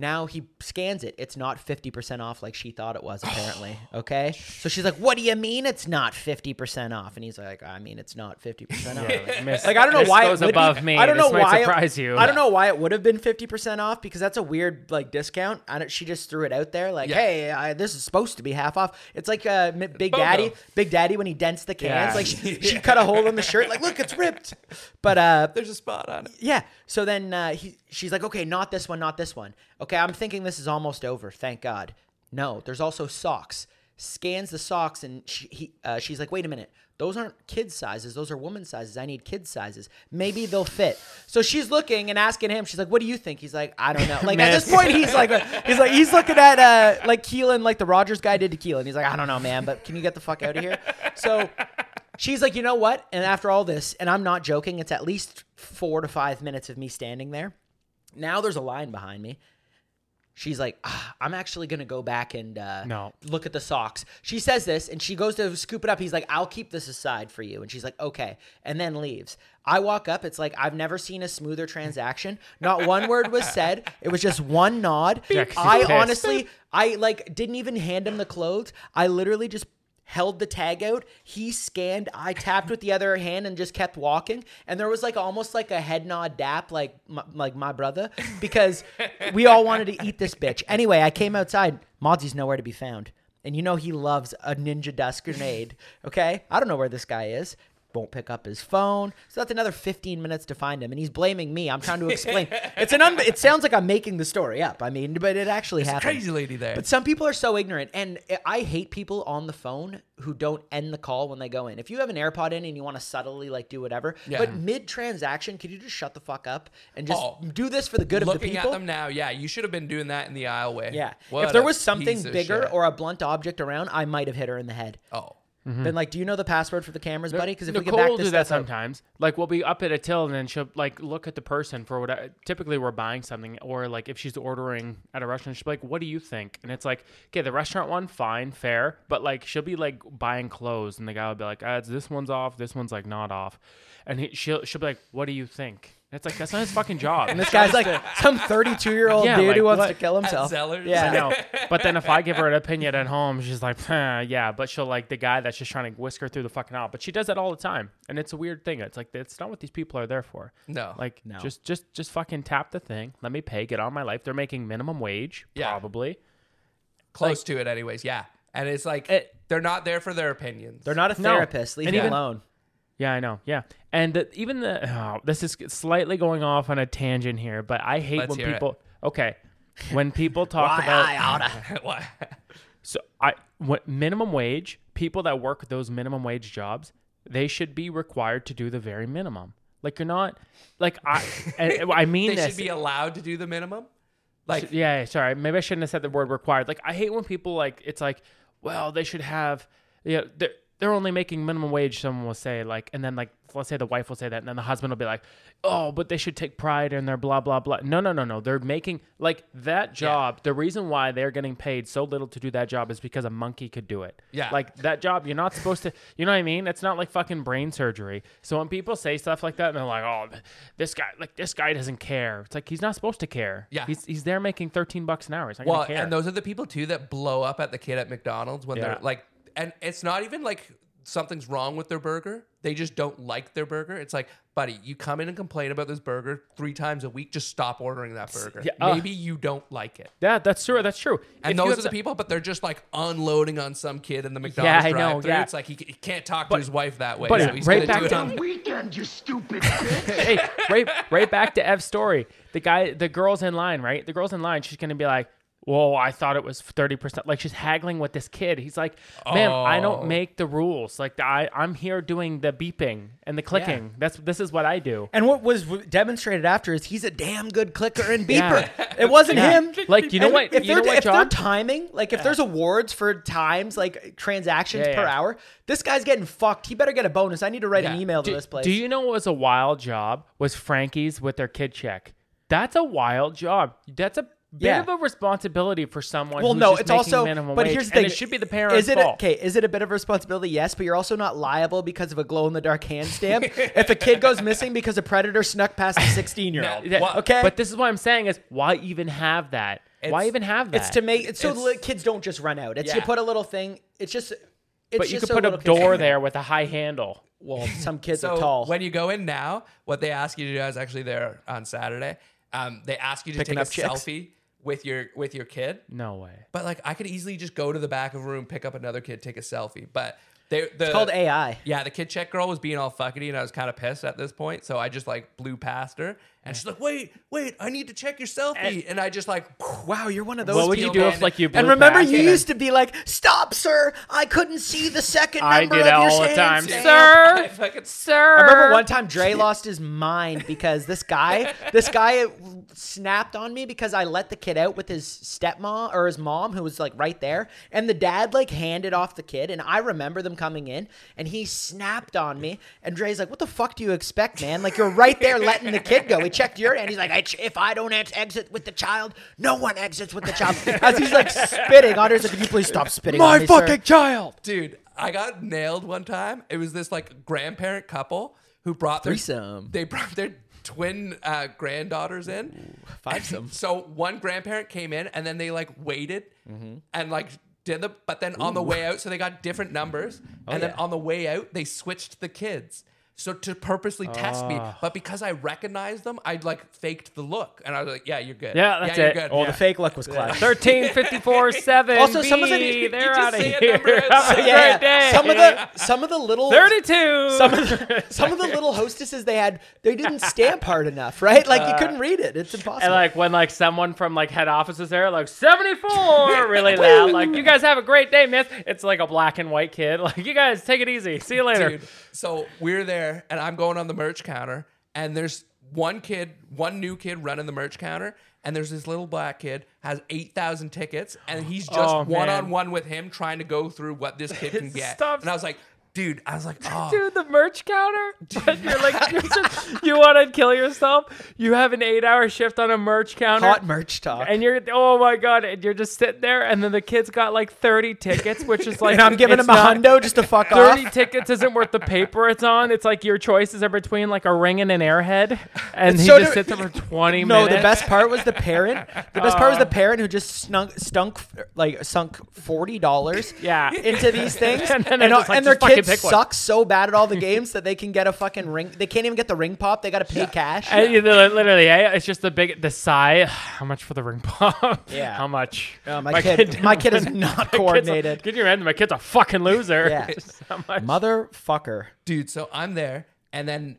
Speaker 1: Now he scans it. It's not 50% off like she thought it was, apparently. okay. So she's like, What do you mean it's not 50% off? And he's like, I mean, it's not 50% off.
Speaker 2: Miss-
Speaker 1: Like I don't know
Speaker 2: this
Speaker 1: why
Speaker 2: goes
Speaker 1: it would be-
Speaker 2: above me.
Speaker 1: I don't
Speaker 2: This
Speaker 1: know
Speaker 2: might
Speaker 1: why it-
Speaker 2: surprise you.
Speaker 1: I don't know why it would have been fifty percent off because that's a weird like discount. I don't, she just threw it out there like,
Speaker 3: Yeah.
Speaker 1: hey, I, this is supposed to be half off. It's like uh, M- Big
Speaker 3: Bogo.
Speaker 1: Daddy, Big Daddy when he dents the cans,
Speaker 2: Yeah.
Speaker 1: like she, she cut a hole in the shirt, like look, it's ripped. But uh,
Speaker 3: There's a spot on it.
Speaker 1: yeah. So then uh, he, she's like, okay, not this one, not this one. Okay, I'm thinking this is almost over. Thank God. No, there's also socks. Scans the socks and she, he, uh, she's like, wait a minute. Those aren't kid sizes. Those are woman sizes. I need kid sizes. Maybe they'll fit. So she's looking and asking him. She's like, "What do you think?" He's like, "I don't know." Like at this
Speaker 2: Miss.
Speaker 1: point, he's like, he's like, he's looking at uh, like Keelan, like the Rogers guy did to Keelan. He's like, "I don't know, man, but can you get the fuck out of here?" So She's like, you know what? And after all this, and I'm not joking, it's at least four to five minutes of me standing there. Now there's a line behind me. She's like, ah, I'm actually gonna go back and uh,
Speaker 2: No.
Speaker 1: look at the socks. She says this, and she goes to scoop it up. He's like, I'll keep this aside for you, and she's like, okay, and then leaves. I walk up. It's like I've never seen a smoother transaction. Not one word was said. It was just one nod.
Speaker 2: Jack's
Speaker 1: I
Speaker 2: pissed.
Speaker 1: honestly, I like didn't even hand him the clothes. I literally just held the tag out. He scanned. I tapped with the other hand and just kept walking. And there was like almost like a head nod dap, like my, like my brother, because we all wanted to eat this bitch. Anyway, I came outside. Mozzie's nowhere to be found. And you know he loves a ninja dust grenade. Okay, I don't know where this guy is. Won't pick up his phone. So that's another 15 minutes to find him, and he's blaming me. I'm trying to explain. it's an. Un- it sounds like I'm making the story up. I mean, but it actually happened.
Speaker 3: Crazy lady there.
Speaker 1: But some people are so ignorant, and I hate people on the phone who don't end the call when they go in. If you have an AirPod in and you want to subtly like do whatever,
Speaker 3: Yeah.
Speaker 1: but mid transaction, could you just shut the fuck up and just
Speaker 3: Oh.
Speaker 1: do this for the good of the
Speaker 3: Looking
Speaker 1: people?
Speaker 3: at them now, yeah, you should have been doing that in the aisleway.
Speaker 1: Yeah.
Speaker 3: What
Speaker 1: if there
Speaker 3: a
Speaker 1: was something
Speaker 3: piece of
Speaker 1: bigger
Speaker 3: shit.
Speaker 1: or a blunt object around, I might have hit her in the head.
Speaker 3: oh,
Speaker 1: Been like, do you know the password for the cameras, buddy? Because if
Speaker 2: Nicole
Speaker 1: we can back
Speaker 2: will
Speaker 1: this
Speaker 2: do that
Speaker 1: stuff up-
Speaker 2: sometimes. Like we'll be up at a till and then she'll like look at the person for what. Typically we're buying something or like if she's ordering at a restaurant, she'll be like, "What do you think?" And it's like, okay, the restaurant one, fine, fair, but like she'll be like buying clothes and the guy will be like, ah, it's- "This one's off, this one's like not off," and he, she'll she'll be like, "What do you think?" And it's like that's not his fucking job.
Speaker 1: This guy's like some 32 year old
Speaker 2: Yeah,
Speaker 1: dude who
Speaker 2: like,
Speaker 1: wants
Speaker 2: what-
Speaker 1: to kill himself.
Speaker 3: Zellers?
Speaker 1: Yeah.
Speaker 2: I know. But then if I give her an opinion at home, she's like, "Huh, yeah. But she'll like the guy that's just trying to whisk her through the fucking aisle. But she does that all the time, and it's a weird thing. It's like it's not what these people are there for.
Speaker 3: No.
Speaker 2: like
Speaker 1: No.
Speaker 2: just just just fucking tap the thing. Let me pay. Get on my life. They're making minimum wage,
Speaker 3: Yeah.
Speaker 2: probably.
Speaker 3: close to it, anyways. Yeah, and it's like
Speaker 2: It-
Speaker 3: they're not there for their opinions.
Speaker 1: They're not a
Speaker 2: No.
Speaker 1: therapist. Leave
Speaker 2: And
Speaker 1: them
Speaker 2: even-
Speaker 1: alone.
Speaker 2: Yeah, I know. Yeah, and the, even the oh, this is slightly going off on a tangent here, but I hate
Speaker 3: Let's
Speaker 2: when
Speaker 3: hear it.
Speaker 2: people. Okay, when people talk
Speaker 1: Why
Speaker 2: about
Speaker 1: I oughta.
Speaker 3: Why?
Speaker 2: So I what minimum wage people that work those minimum wage jobs they should be required to do the very minimum. Like you're not like I and I mean
Speaker 3: they
Speaker 2: this.
Speaker 3: should be allowed to do the minimum. Like
Speaker 2: yeah, yeah, sorry. Maybe I shouldn't have said the word required. Like I hate when people like it's like well they should have you know, they're they're only making minimum wage. Someone will say like and then like let's say the wife will say that and then the husband will be like oh but they should take pride in their blah blah blah. No no no no they're making like that job. The reason why they're getting paid so little to do that job is because a monkey could do it.
Speaker 3: Yeah.
Speaker 2: Like that job, you're not supposed to, you know what I mean? It's not like fucking brain surgery. So when people say stuff like that, and they're like, oh, th- this guy, like this guy doesn't care. It's like, he's not supposed to care.
Speaker 3: Yeah.
Speaker 2: He's, he's there making 13 bucks an hour. He's not
Speaker 3: Well,
Speaker 2: going to care.
Speaker 3: and those are the people too that blow up at the kid at McDonald's when
Speaker 2: Yeah.
Speaker 3: they're like, and it's not even like something's wrong with their burger. They just don't like their burger. It's like, buddy, you come in and complain about this burger three times a week. Just stop ordering that burger.
Speaker 2: yeah, uh.
Speaker 3: Maybe you don't like it.
Speaker 2: yeah, that's true. That's true. If you
Speaker 3: And those
Speaker 2: have
Speaker 3: are the
Speaker 2: s-
Speaker 3: people, but they're just like unloading on some kid in the McDonald's
Speaker 2: I know,
Speaker 3: drive through.
Speaker 2: yeah.
Speaker 3: It's like he, he can't talk to his wife that way.
Speaker 2: buddy,
Speaker 3: so he's
Speaker 2: right
Speaker 3: gonna
Speaker 2: back
Speaker 3: do it
Speaker 2: to-
Speaker 3: on-
Speaker 4: weekend, you stupid bitch.
Speaker 2: hey, right, right back to Ev's story. The guy, the girl's in line, right? The girl's in line. She's gonna be like, "Whoa, I thought it was thirty percent." Like she's haggling with this kid. He's like, "Man, I
Speaker 3: Oh.
Speaker 2: don't make the rules. Like I, I'm here doing the beeping and the clicking. That's this is what I do."
Speaker 1: And what was w- demonstrated after is he's a damn good clicker and
Speaker 2: Yeah.
Speaker 1: beeper. It wasn't
Speaker 2: Yeah.
Speaker 1: him.
Speaker 2: Like, you know
Speaker 1: And
Speaker 2: what-
Speaker 1: If,
Speaker 2: you
Speaker 1: they're,
Speaker 2: know what,
Speaker 1: if they're
Speaker 2: John?
Speaker 1: timing, like if there's awards for times, like transactions
Speaker 2: Yeah,
Speaker 1: per
Speaker 2: yeah.
Speaker 1: hour, this guy's getting fucked. He better get a bonus. I need to write an
Speaker 3: Yeah.
Speaker 1: email to
Speaker 2: Do,
Speaker 1: this place.
Speaker 2: do you know what was a wild job? Was Frankie's with their kid check? That's a wild job. That's a bit
Speaker 1: Yeah.
Speaker 2: of a responsibility for someone.
Speaker 1: well,
Speaker 2: who's
Speaker 1: no,
Speaker 2: just
Speaker 1: it's
Speaker 2: making
Speaker 1: also.
Speaker 2: minimum
Speaker 1: But
Speaker 2: wage,
Speaker 1: here's the
Speaker 2: and
Speaker 1: thing:
Speaker 2: it should be the parents'
Speaker 1: Is it
Speaker 2: fault.
Speaker 1: okay? Is it a bit of responsibility? Yes, but you're also not liable because of a glow in the dark hand stamp. if a kid goes missing because a predator snuck past a 16 year old,
Speaker 3: Yeah,
Speaker 2: Yeah,
Speaker 3: Why-
Speaker 1: okay.
Speaker 2: But this is what I'm saying is why even have that? Why even have that?
Speaker 1: It's to make it's so
Speaker 3: It's-
Speaker 1: li- kids don't just run out. It's you
Speaker 3: Yeah.
Speaker 1: put a little thing. It's just. It's
Speaker 2: but you
Speaker 1: just
Speaker 2: could
Speaker 1: so
Speaker 2: put a
Speaker 1: little kids
Speaker 2: door
Speaker 1: can-
Speaker 2: there with a high handle.
Speaker 1: Well, some kids
Speaker 3: so
Speaker 1: are tall.
Speaker 3: when you go in now, what they ask you to do, I was actually there on Saturday. Um, they ask you to
Speaker 1: Picking
Speaker 3: take a
Speaker 1: up chicks.
Speaker 3: selfie with your with your kid.
Speaker 2: No way.
Speaker 3: But like I could easily just go to the back of a room, pick up another kid, take a selfie. But they the it's
Speaker 1: called AI.
Speaker 3: Yeah, the kid check girl was being all fuckety, and I was kind of pissed at this point. So I just like blew past her, and she's like, "Wait, wait, I need to check your selfie." And I just like,
Speaker 1: Wow, you're one of those.
Speaker 2: What would
Speaker 1: people.
Speaker 2: you
Speaker 3: Steel
Speaker 2: do if
Speaker 3: man.
Speaker 2: like you blew
Speaker 1: And remember,
Speaker 2: past
Speaker 1: you
Speaker 2: it?
Speaker 1: used to be like, "Stop, sir! I couldn't see the second
Speaker 2: I
Speaker 1: number
Speaker 2: did
Speaker 1: of
Speaker 2: that
Speaker 1: your
Speaker 2: all the
Speaker 1: hand,
Speaker 2: time,
Speaker 1: Sam."
Speaker 2: sir.
Speaker 3: I fucking
Speaker 2: Sir,
Speaker 1: I remember one time Dre lost his mind because this guy, this guy snapped on me because I let the kid out with his stepmom or his mom who was like right there, and the dad like handed off the kid, and I remember them coming in, and he snapped on me, and Dre's like, "What the fuck do you expect, man? Like you're right there letting the kid go. He checked your hand. He's like, I ch- if I don't ex- exit with the child, no one exits with the child." As he's like spitting, Andre's like, "Could you please stop spitting?" on me, sir?"
Speaker 2: child.
Speaker 3: dude, I got nailed one time. It was this like grandparent couple who brought their
Speaker 1: Threesome.
Speaker 3: they brought their twin uh, granddaughters in. Fivesome. So one grandparent came in, and then they like waited
Speaker 2: Mm-hmm.
Speaker 3: and like did the. But then on the way out, so they got different numbers,
Speaker 2: Oh,
Speaker 3: and then on the way out, they switched the kids. So to purposely test me,
Speaker 2: Ah.
Speaker 3: but because I recognized them, I like faked the look, and I was like, "Yeah, you're good.
Speaker 2: Yeah, that's
Speaker 3: yeah,
Speaker 2: it.
Speaker 3: You're good.
Speaker 1: Oh,
Speaker 3: yeah.
Speaker 1: the fake look was clutch.
Speaker 2: Thirteen fifty four seven.
Speaker 1: Also, some of the- you
Speaker 2: they're
Speaker 3: just
Speaker 2: out of
Speaker 3: say a
Speaker 2: here.
Speaker 3: number
Speaker 2: Have
Speaker 3: outside.
Speaker 2: a
Speaker 1: Yeah,
Speaker 2: great day.
Speaker 1: some of the some of the little
Speaker 2: thirty-two.
Speaker 1: some of the, some of the little hostesses they had they didn't stamp hard enough right like you couldn't read it it's impossible
Speaker 2: Uh, and like when like someone from like head office is there, like seventy four, really loud, like you guys have a great day, miss. It's like a black and white kid, like you guys take it easy. See you later.
Speaker 3: Dude, so we're there, and I'm going on the merch counter, and there's one kid, one new kid running the merch counter, and there's this little black kid has eight thousand tickets, and he's just
Speaker 2: Oh, man.
Speaker 3: one on one with him trying to go through what this kid can get.
Speaker 2: Stop.
Speaker 3: And I was like, dude, I was like, oh,
Speaker 2: Dude, the merch counter. But you're like, you're just, you want to kill yourself. You have an eight-hour shift on a merch counter.
Speaker 1: hot merch talk and,
Speaker 2: and you're oh my god, and you're just sitting there, and then the kid's got like thirty tickets, which is like
Speaker 1: i'm giving
Speaker 2: it's
Speaker 1: him a
Speaker 2: not-
Speaker 1: hundo just to fuck off
Speaker 2: Thirty tickets isn't worth the paper it's on. It's like your choices are between like a ring and an airhead, and he
Speaker 1: so
Speaker 2: just
Speaker 1: do-
Speaker 2: sits there for twenty
Speaker 1: no
Speaker 2: minutes. Uh.
Speaker 1: the best part was the parent the best part was the parent who just snuck stunk like sunk $40
Speaker 2: Yeah.
Speaker 1: into these things
Speaker 2: And
Speaker 1: and, uh,
Speaker 2: then they're just like,
Speaker 1: and their
Speaker 2: "Just fucking
Speaker 1: kids
Speaker 2: pick one."
Speaker 1: suck so bad at all the games that they can get a fucking ring they can't even get the ring pop they gotta pay cash
Speaker 2: And you know, literally, eh, it's just the big the sigh. How much for the ring pop?
Speaker 1: Yeah.
Speaker 2: How much?
Speaker 1: Oh, my, kid, my kid is not coordinated
Speaker 2: Could you imagine? My kid's a fucking loser.
Speaker 1: Yeah.
Speaker 2: Just how much-
Speaker 1: motherfucker
Speaker 3: dude. So I'm there, and then.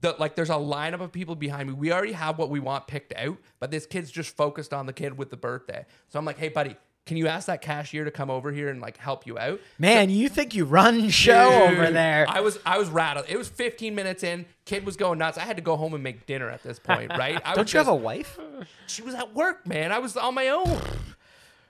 Speaker 3: The, like there's a lineup of people behind me. We already have what we want picked out, but this kid's just focused on the kid with the birthday. So I'm like, hey buddy, can you ask that cashier to come over here and like help you out?
Speaker 1: Man, you think you run show over
Speaker 3: Dude,
Speaker 1: there?
Speaker 3: I was I was rattled. It was 15 minutes in. Kid was going nuts. I had to go home and make dinner at this point, right? I
Speaker 1: Don't
Speaker 3: was
Speaker 1: you have a
Speaker 3: just-
Speaker 1: wife?
Speaker 3: She was at work, man. I was on my own.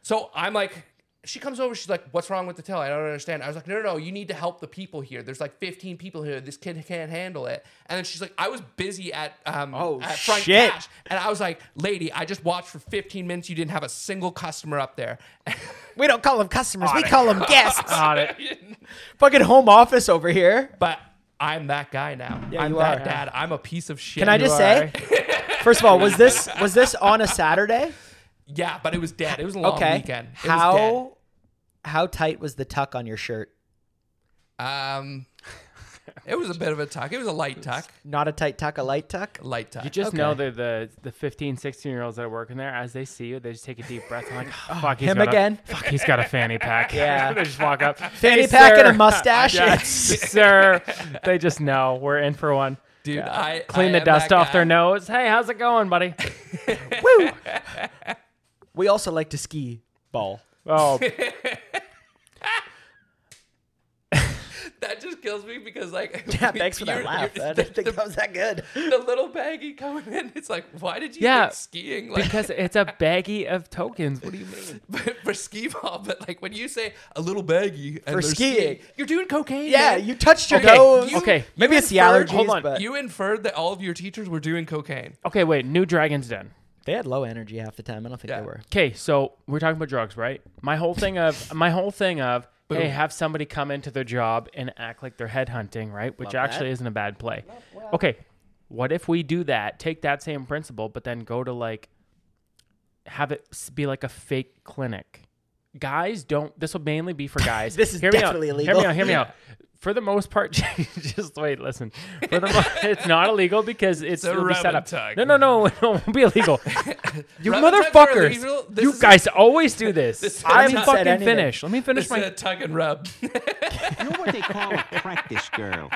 Speaker 3: So I'm like, she comes over. She's like, "What's wrong with the till? I don't understand." I was like, "No, no, no. You need to help the people here. There's like 15 people here. This kid can't handle it." And then she's like, "I was busy at um
Speaker 1: Oh,
Speaker 3: at front
Speaker 1: shit.
Speaker 3: cash," and I was like, "Lady, I just watched for 15 minutes. You didn't have a single customer up there."
Speaker 1: We don't call them customers. We call them guests.
Speaker 2: Got it.
Speaker 1: Fucking home office over here.
Speaker 3: but I'm that guy now. I'm
Speaker 1: you
Speaker 3: that
Speaker 1: are.
Speaker 3: dad. I'm a piece of shit.
Speaker 1: Can I just say? First of all, was this was this on a Saturday?
Speaker 3: Yeah, but it was dead. It was a long
Speaker 1: Okay.
Speaker 3: weekend. It was
Speaker 1: How how tight was the tuck on your shirt?
Speaker 3: dead. Um, it was a bit of a tuck. It was a light tuck.
Speaker 1: Not a tight tuck, a light tuck.
Speaker 3: Light tuck.
Speaker 2: You just
Speaker 1: Okay.
Speaker 2: know the, the the 15, 16 year olds that are working there, as they see you, they just take a deep breath. I'm like, oh, fuck, he's
Speaker 1: him
Speaker 2: got a-
Speaker 1: again.
Speaker 2: fuck, he's got a fanny pack.
Speaker 1: Yeah.
Speaker 2: they just walk up.
Speaker 1: Fanny
Speaker 2: "Hey,
Speaker 1: pack and a
Speaker 2: sir."
Speaker 1: mustache.
Speaker 2: yes, sir. They just know we're in for one.
Speaker 3: Dude, I
Speaker 2: Clean
Speaker 3: I
Speaker 2: the
Speaker 3: am
Speaker 2: dust
Speaker 3: that
Speaker 2: off their
Speaker 3: guy.
Speaker 2: nose. Hey, how's it going, buddy?
Speaker 1: Woo. We also like to ski ball.
Speaker 2: Oh,
Speaker 3: That just kills me because like
Speaker 1: Yeah, thanks for that
Speaker 3: you're-
Speaker 1: laugh.
Speaker 3: you're-
Speaker 1: I didn't think that was that good.
Speaker 3: the little baggie coming in. It's like, why did you
Speaker 2: Yeah,
Speaker 3: pick skiing? Like
Speaker 2: because it's a baggie of tokens. What do you mean?
Speaker 3: for ski ball, but like when you say a little baggie and
Speaker 1: For
Speaker 3: they're
Speaker 1: skiing.
Speaker 3: you're doing cocaine.
Speaker 1: Yeah,
Speaker 3: man.
Speaker 1: you touched your
Speaker 2: Okay,
Speaker 1: nose.
Speaker 2: you- okay.
Speaker 1: Maybe
Speaker 3: you
Speaker 1: it's the
Speaker 3: inferred-
Speaker 1: allergies,
Speaker 2: hold on,
Speaker 1: but
Speaker 3: you inferred that all of your teachers were doing cocaine.
Speaker 2: Okay, wait. New Dragon's Den.
Speaker 1: they had low energy half the time. I don't think
Speaker 3: Yeah.
Speaker 1: they were.
Speaker 2: Okay, so we're talking about drugs, right? My whole thing of my whole thing of hey, have somebody come into their job and act like they're headhunting, right? Which actually is isn't a bad play. Okay, what if we do that? Take that same principle, but then go to like have it s- be like a fake clinic. Guys don't. This will mainly be for guys.
Speaker 1: This is
Speaker 2: hear me
Speaker 1: definitely
Speaker 2: out.
Speaker 1: illegal.
Speaker 2: Hear me out. Hear me out. For the most part, just wait. Listen, for the mo- it's not illegal because it's,
Speaker 3: a
Speaker 2: it'll be set
Speaker 3: rub and
Speaker 2: up.
Speaker 3: tug.
Speaker 2: No, no, no, no, it won't be illegal. you
Speaker 3: Rub and tugs are illegal?
Speaker 2: motherfuckers!
Speaker 3: This
Speaker 2: You
Speaker 3: is a-
Speaker 2: guys always do this.
Speaker 3: This is a
Speaker 2: Let me
Speaker 1: Said
Speaker 3: tug.
Speaker 2: fucking
Speaker 1: anything.
Speaker 2: finish. Let me finish
Speaker 3: It's
Speaker 2: my
Speaker 3: a tug and rub.
Speaker 5: You're what they call a practice girl.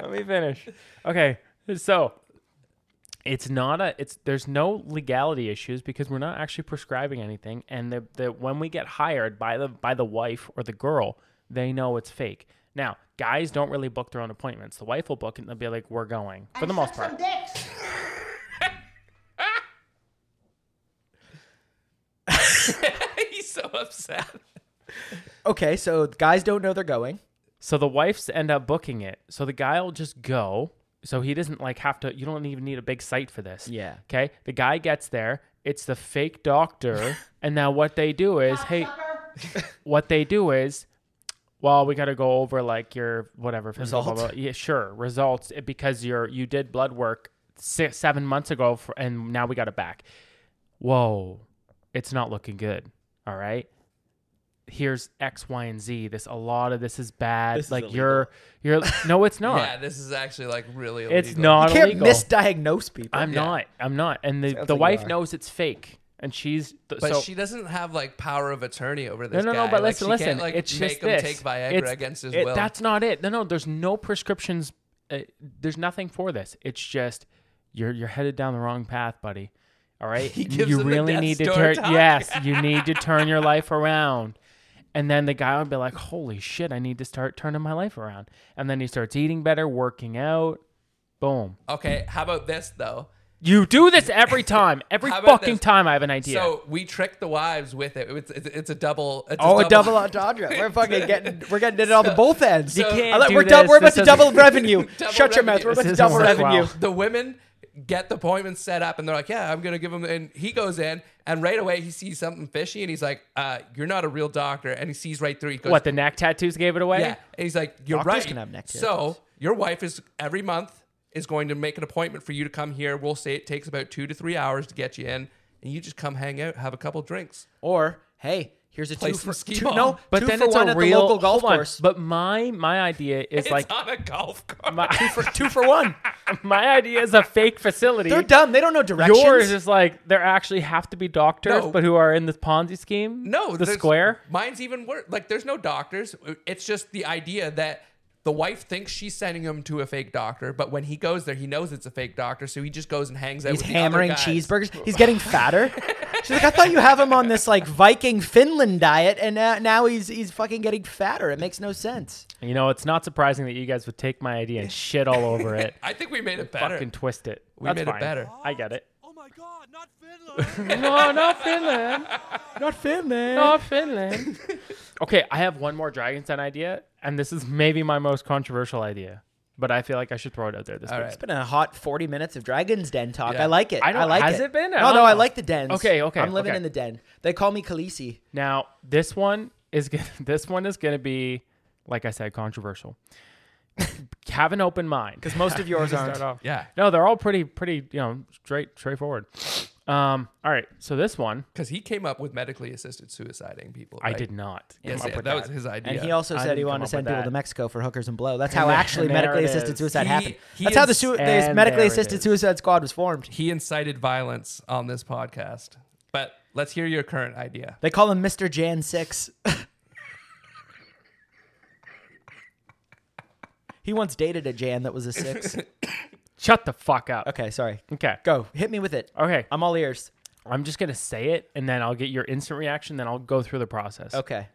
Speaker 2: Let me finish. Okay, so it's not a it's there's no legality issues because we're not actually prescribing anything, and the, the when we get hired by the by the wife or the girl, they know it's fake. Now, guys don't really book their own appointments. The wife will book it and they'll be like, "We're going," for the most part.
Speaker 3: He's so upset.
Speaker 1: Okay, so guys don't know they're going.
Speaker 2: So the wives end up booking it. So the guy will just go. So he doesn't like have to. You don't even need a big site for this.
Speaker 1: Yeah.
Speaker 2: Okay. The guy gets there. It's the fake doctor, and now what they do is, hey, what they do is, well, we got to go over like your whatever physical-
Speaker 1: Results?
Speaker 2: blah, blah, blah. Yeah, sure, results eh, because you're you did blood work six, seven months ago, for, and now we got it back. Whoa, it's not looking good. All right here's X, Y, and Z. This a lot of this is bad.
Speaker 1: This is
Speaker 2: like
Speaker 1: illegal.
Speaker 2: you're you're no, it's not.
Speaker 3: Yeah, this is actually like really. Illegal.
Speaker 2: it's not
Speaker 1: Can't
Speaker 2: illegal.
Speaker 1: misdiagnose people.
Speaker 2: I'm not. I'm not. And the,
Speaker 1: Sounds
Speaker 2: the
Speaker 1: like you
Speaker 2: wife
Speaker 1: are.
Speaker 2: knows it's fake, and she's th-
Speaker 3: But
Speaker 2: so.
Speaker 3: she doesn't have like power of attorney over
Speaker 2: no,
Speaker 3: this
Speaker 2: no,
Speaker 3: guy.
Speaker 2: no, but
Speaker 3: like,
Speaker 2: listen,
Speaker 3: she
Speaker 2: listen.
Speaker 3: Can't, like,
Speaker 2: it's
Speaker 3: make
Speaker 2: just
Speaker 3: him
Speaker 2: this.
Speaker 3: take Viagra
Speaker 2: It's-
Speaker 3: against his
Speaker 2: it-
Speaker 3: will.
Speaker 2: That's not it. No, no, there's no prescriptions. Uh, there's nothing for this. It's just you're you're headed down the wrong path, buddy. All right,
Speaker 3: He gives
Speaker 2: you
Speaker 3: him a
Speaker 2: really
Speaker 3: Death
Speaker 2: need to
Speaker 3: Star
Speaker 2: turn.
Speaker 3: talk.
Speaker 2: Yes, you need to turn your life around. And then the guy would be like, "Holy shit, I need to start turning my life around." And then he starts eating better, working out. Boom.
Speaker 3: okay. How about this though?
Speaker 2: You do this every time. Every
Speaker 3: How about
Speaker 2: fucking
Speaker 3: this?
Speaker 2: time I have an idea.
Speaker 3: So we trick the wives with it. It's, it's, it's a double. It's
Speaker 1: Oh, a double
Speaker 2: uh,
Speaker 1: entendre. We're fucking getting, we're getting it all the both ends.
Speaker 3: You can't
Speaker 1: I like-
Speaker 2: do
Speaker 1: we're, dou-
Speaker 2: this.
Speaker 1: we're about
Speaker 2: This
Speaker 1: to
Speaker 2: doesn't-
Speaker 1: double revenue.
Speaker 3: Double
Speaker 1: Shut your mouth.
Speaker 3: revenue.
Speaker 1: We're about
Speaker 2: This
Speaker 1: to double
Speaker 2: isn't working.
Speaker 1: revenue.
Speaker 2: Wow.
Speaker 3: The women get the appointment set up, and they're like, "Yeah, I'm gonna give him." And he goes in, and right away he sees something fishy, and he's like, uh, "You're not a real doctor." And he sees right through. He goes,
Speaker 2: what? The neck tattoos gave it away.
Speaker 3: Yeah, and he's like, "You're
Speaker 1: Doctors
Speaker 3: right."
Speaker 1: can have neck
Speaker 3: so your wife is every month is going to make an appointment for you to come here. We'll say it takes about two to three hours to get you in, and you just come hang out, have a couple drinks.
Speaker 1: Or hey, here's a
Speaker 3: Play
Speaker 1: two
Speaker 3: some
Speaker 1: for
Speaker 3: skee
Speaker 1: two,
Speaker 3: ball.
Speaker 1: no,
Speaker 2: But
Speaker 1: two
Speaker 2: then
Speaker 1: for
Speaker 2: it's
Speaker 1: one
Speaker 2: a
Speaker 1: at
Speaker 2: real
Speaker 1: the local golf
Speaker 2: hold on.
Speaker 1: course.
Speaker 2: But my my idea is
Speaker 3: It's
Speaker 2: like
Speaker 3: on a golf cart.
Speaker 1: two,
Speaker 2: my,
Speaker 1: for, two for one.
Speaker 2: my idea is a fake facility.
Speaker 1: They're dumb. They don't know directions.
Speaker 2: Yours is like there actually have to be doctors,
Speaker 3: No.
Speaker 2: but who are in this Ponzi scheme?
Speaker 3: No,
Speaker 2: the
Speaker 3: there's-
Speaker 2: square.
Speaker 3: Mine's even worse. Like, there's no doctors. It's just the idea that the wife thinks she's sending him to a fake doctor, but when he goes there, he knows it's a fake doctor, so he just goes and hangs out.
Speaker 1: He's
Speaker 3: with
Speaker 1: hammering
Speaker 3: the other guys.
Speaker 1: cheeseburgers. He's getting fatter. She's like, I thought you have him on this like Viking Finland diet, and now, now he's he's fucking getting fatter. It makes no sense.
Speaker 2: You know, it's not surprising that you guys would take my idea and shit all over it,
Speaker 3: I think we made it better.
Speaker 2: fucking twist it.
Speaker 3: We
Speaker 2: That's
Speaker 3: made it
Speaker 2: fine.
Speaker 3: better.
Speaker 2: I get it.
Speaker 6: Oh my god, not Finland!
Speaker 2: No, not Finland.
Speaker 1: Not Finland.
Speaker 2: Not Finland. okay, I have one more Dragon's Den idea, and this is maybe my most controversial idea, but I feel like I should throw it out there this
Speaker 3: All
Speaker 2: week.
Speaker 3: right.
Speaker 1: It's been a hot 40 minutes of Dragon's Den talk.
Speaker 3: Yeah.
Speaker 1: I like it.
Speaker 2: I
Speaker 1: I,
Speaker 2: don't-
Speaker 1: like
Speaker 2: has
Speaker 1: it.
Speaker 2: it been?
Speaker 1: No,
Speaker 2: I don't
Speaker 1: no, I
Speaker 2: know.
Speaker 1: like the dens.
Speaker 2: Okay, okay,
Speaker 1: I'm living
Speaker 2: okay.
Speaker 1: in the den. They call me Khaleesi.
Speaker 2: Now, this one is gonna, this one is going to be, like I said, controversial. Have an open mind because
Speaker 1: Most of yours aren't.
Speaker 3: Yeah,
Speaker 2: No, they're all pretty, pretty, you know, straight, straightforward. Um, all right, so this one
Speaker 3: because he came up with medically assisted suiciding people.
Speaker 2: I
Speaker 3: right?
Speaker 2: did not come
Speaker 3: Yes,
Speaker 2: up
Speaker 3: yeah,
Speaker 2: with
Speaker 3: that, was his idea.
Speaker 1: And he also
Speaker 2: I
Speaker 1: said he
Speaker 2: didn't
Speaker 1: wanted
Speaker 2: come
Speaker 1: to
Speaker 2: up
Speaker 1: send
Speaker 2: with
Speaker 1: people to
Speaker 2: that.
Speaker 1: Mexico for hookers and blow. That's how
Speaker 2: And there-
Speaker 1: actually
Speaker 2: and there
Speaker 1: medically
Speaker 2: it
Speaker 1: assisted
Speaker 2: is.
Speaker 1: suicide
Speaker 3: He-
Speaker 1: happened.
Speaker 3: he
Speaker 1: That's how the
Speaker 3: ins-
Speaker 1: sui- this
Speaker 2: and there
Speaker 1: medically
Speaker 2: it
Speaker 1: assisted
Speaker 2: is.
Speaker 1: suicide squad was formed.
Speaker 3: he incited violence on this podcast. But let's hear your current idea.
Speaker 1: They call him Mr. Jan Six. he once dated a Jan that was a six.
Speaker 2: Shut the fuck up.
Speaker 1: Okay, sorry.
Speaker 2: Okay.
Speaker 1: Go. Hit me with it.
Speaker 2: Okay.
Speaker 1: I'm all ears.
Speaker 2: I'm just gonna say it, and then I'll get your instant reaction. Then I'll go through the process.
Speaker 1: Okay.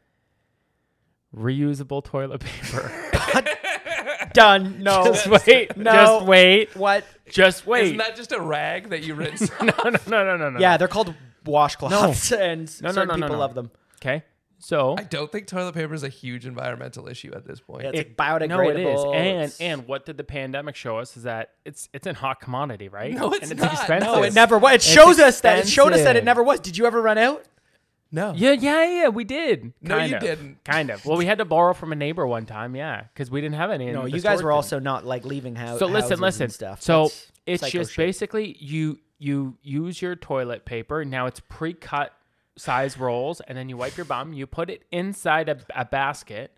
Speaker 2: Reusable toilet paper.
Speaker 1: Done. No.
Speaker 2: just wait.
Speaker 1: No.
Speaker 2: Just wait.
Speaker 1: What?
Speaker 2: Oh. Just wait.
Speaker 3: Isn't that just a rag that you rinse?
Speaker 2: no, no, no, no, no, no.
Speaker 1: Yeah, they're called washcloths, and
Speaker 2: No, no,
Speaker 1: certain
Speaker 2: no, no,
Speaker 1: people
Speaker 2: no.
Speaker 1: love them.
Speaker 2: Okay. So
Speaker 3: I don't think toilet paper is a huge environmental issue at this point.
Speaker 1: Yeah, it's
Speaker 2: It-
Speaker 1: like biodegradable.
Speaker 2: no, it is. And
Speaker 1: It's-
Speaker 2: and what did the pandemic show us is that it's it's in hot commodity, right?
Speaker 3: No, it's
Speaker 2: and it's
Speaker 3: not.
Speaker 2: expensive.
Speaker 1: no, it never was. It shows us that it showed us that
Speaker 2: expensive.
Speaker 1: it never was. Did you ever run out?
Speaker 3: no.
Speaker 2: Yeah, yeah, yeah. We did.
Speaker 3: No,
Speaker 2: Kind
Speaker 3: you
Speaker 2: of.
Speaker 3: didn't.
Speaker 2: Kind of. Well, we had to borrow from a neighbor one time, yeah, because we didn't have any. in
Speaker 1: No,
Speaker 2: the
Speaker 1: Oh, you guys
Speaker 2: store
Speaker 1: were
Speaker 2: thing.
Speaker 1: also not like leaving house.
Speaker 2: So listen,
Speaker 1: uh, houses
Speaker 2: listen.
Speaker 1: and stuff.
Speaker 2: So
Speaker 1: That's
Speaker 2: it's
Speaker 1: psycho
Speaker 2: just
Speaker 1: shit.
Speaker 2: basically you you use your toilet paper. Now it's pre-cut size rolls, and then you wipe your bum. You put it inside a, a basket,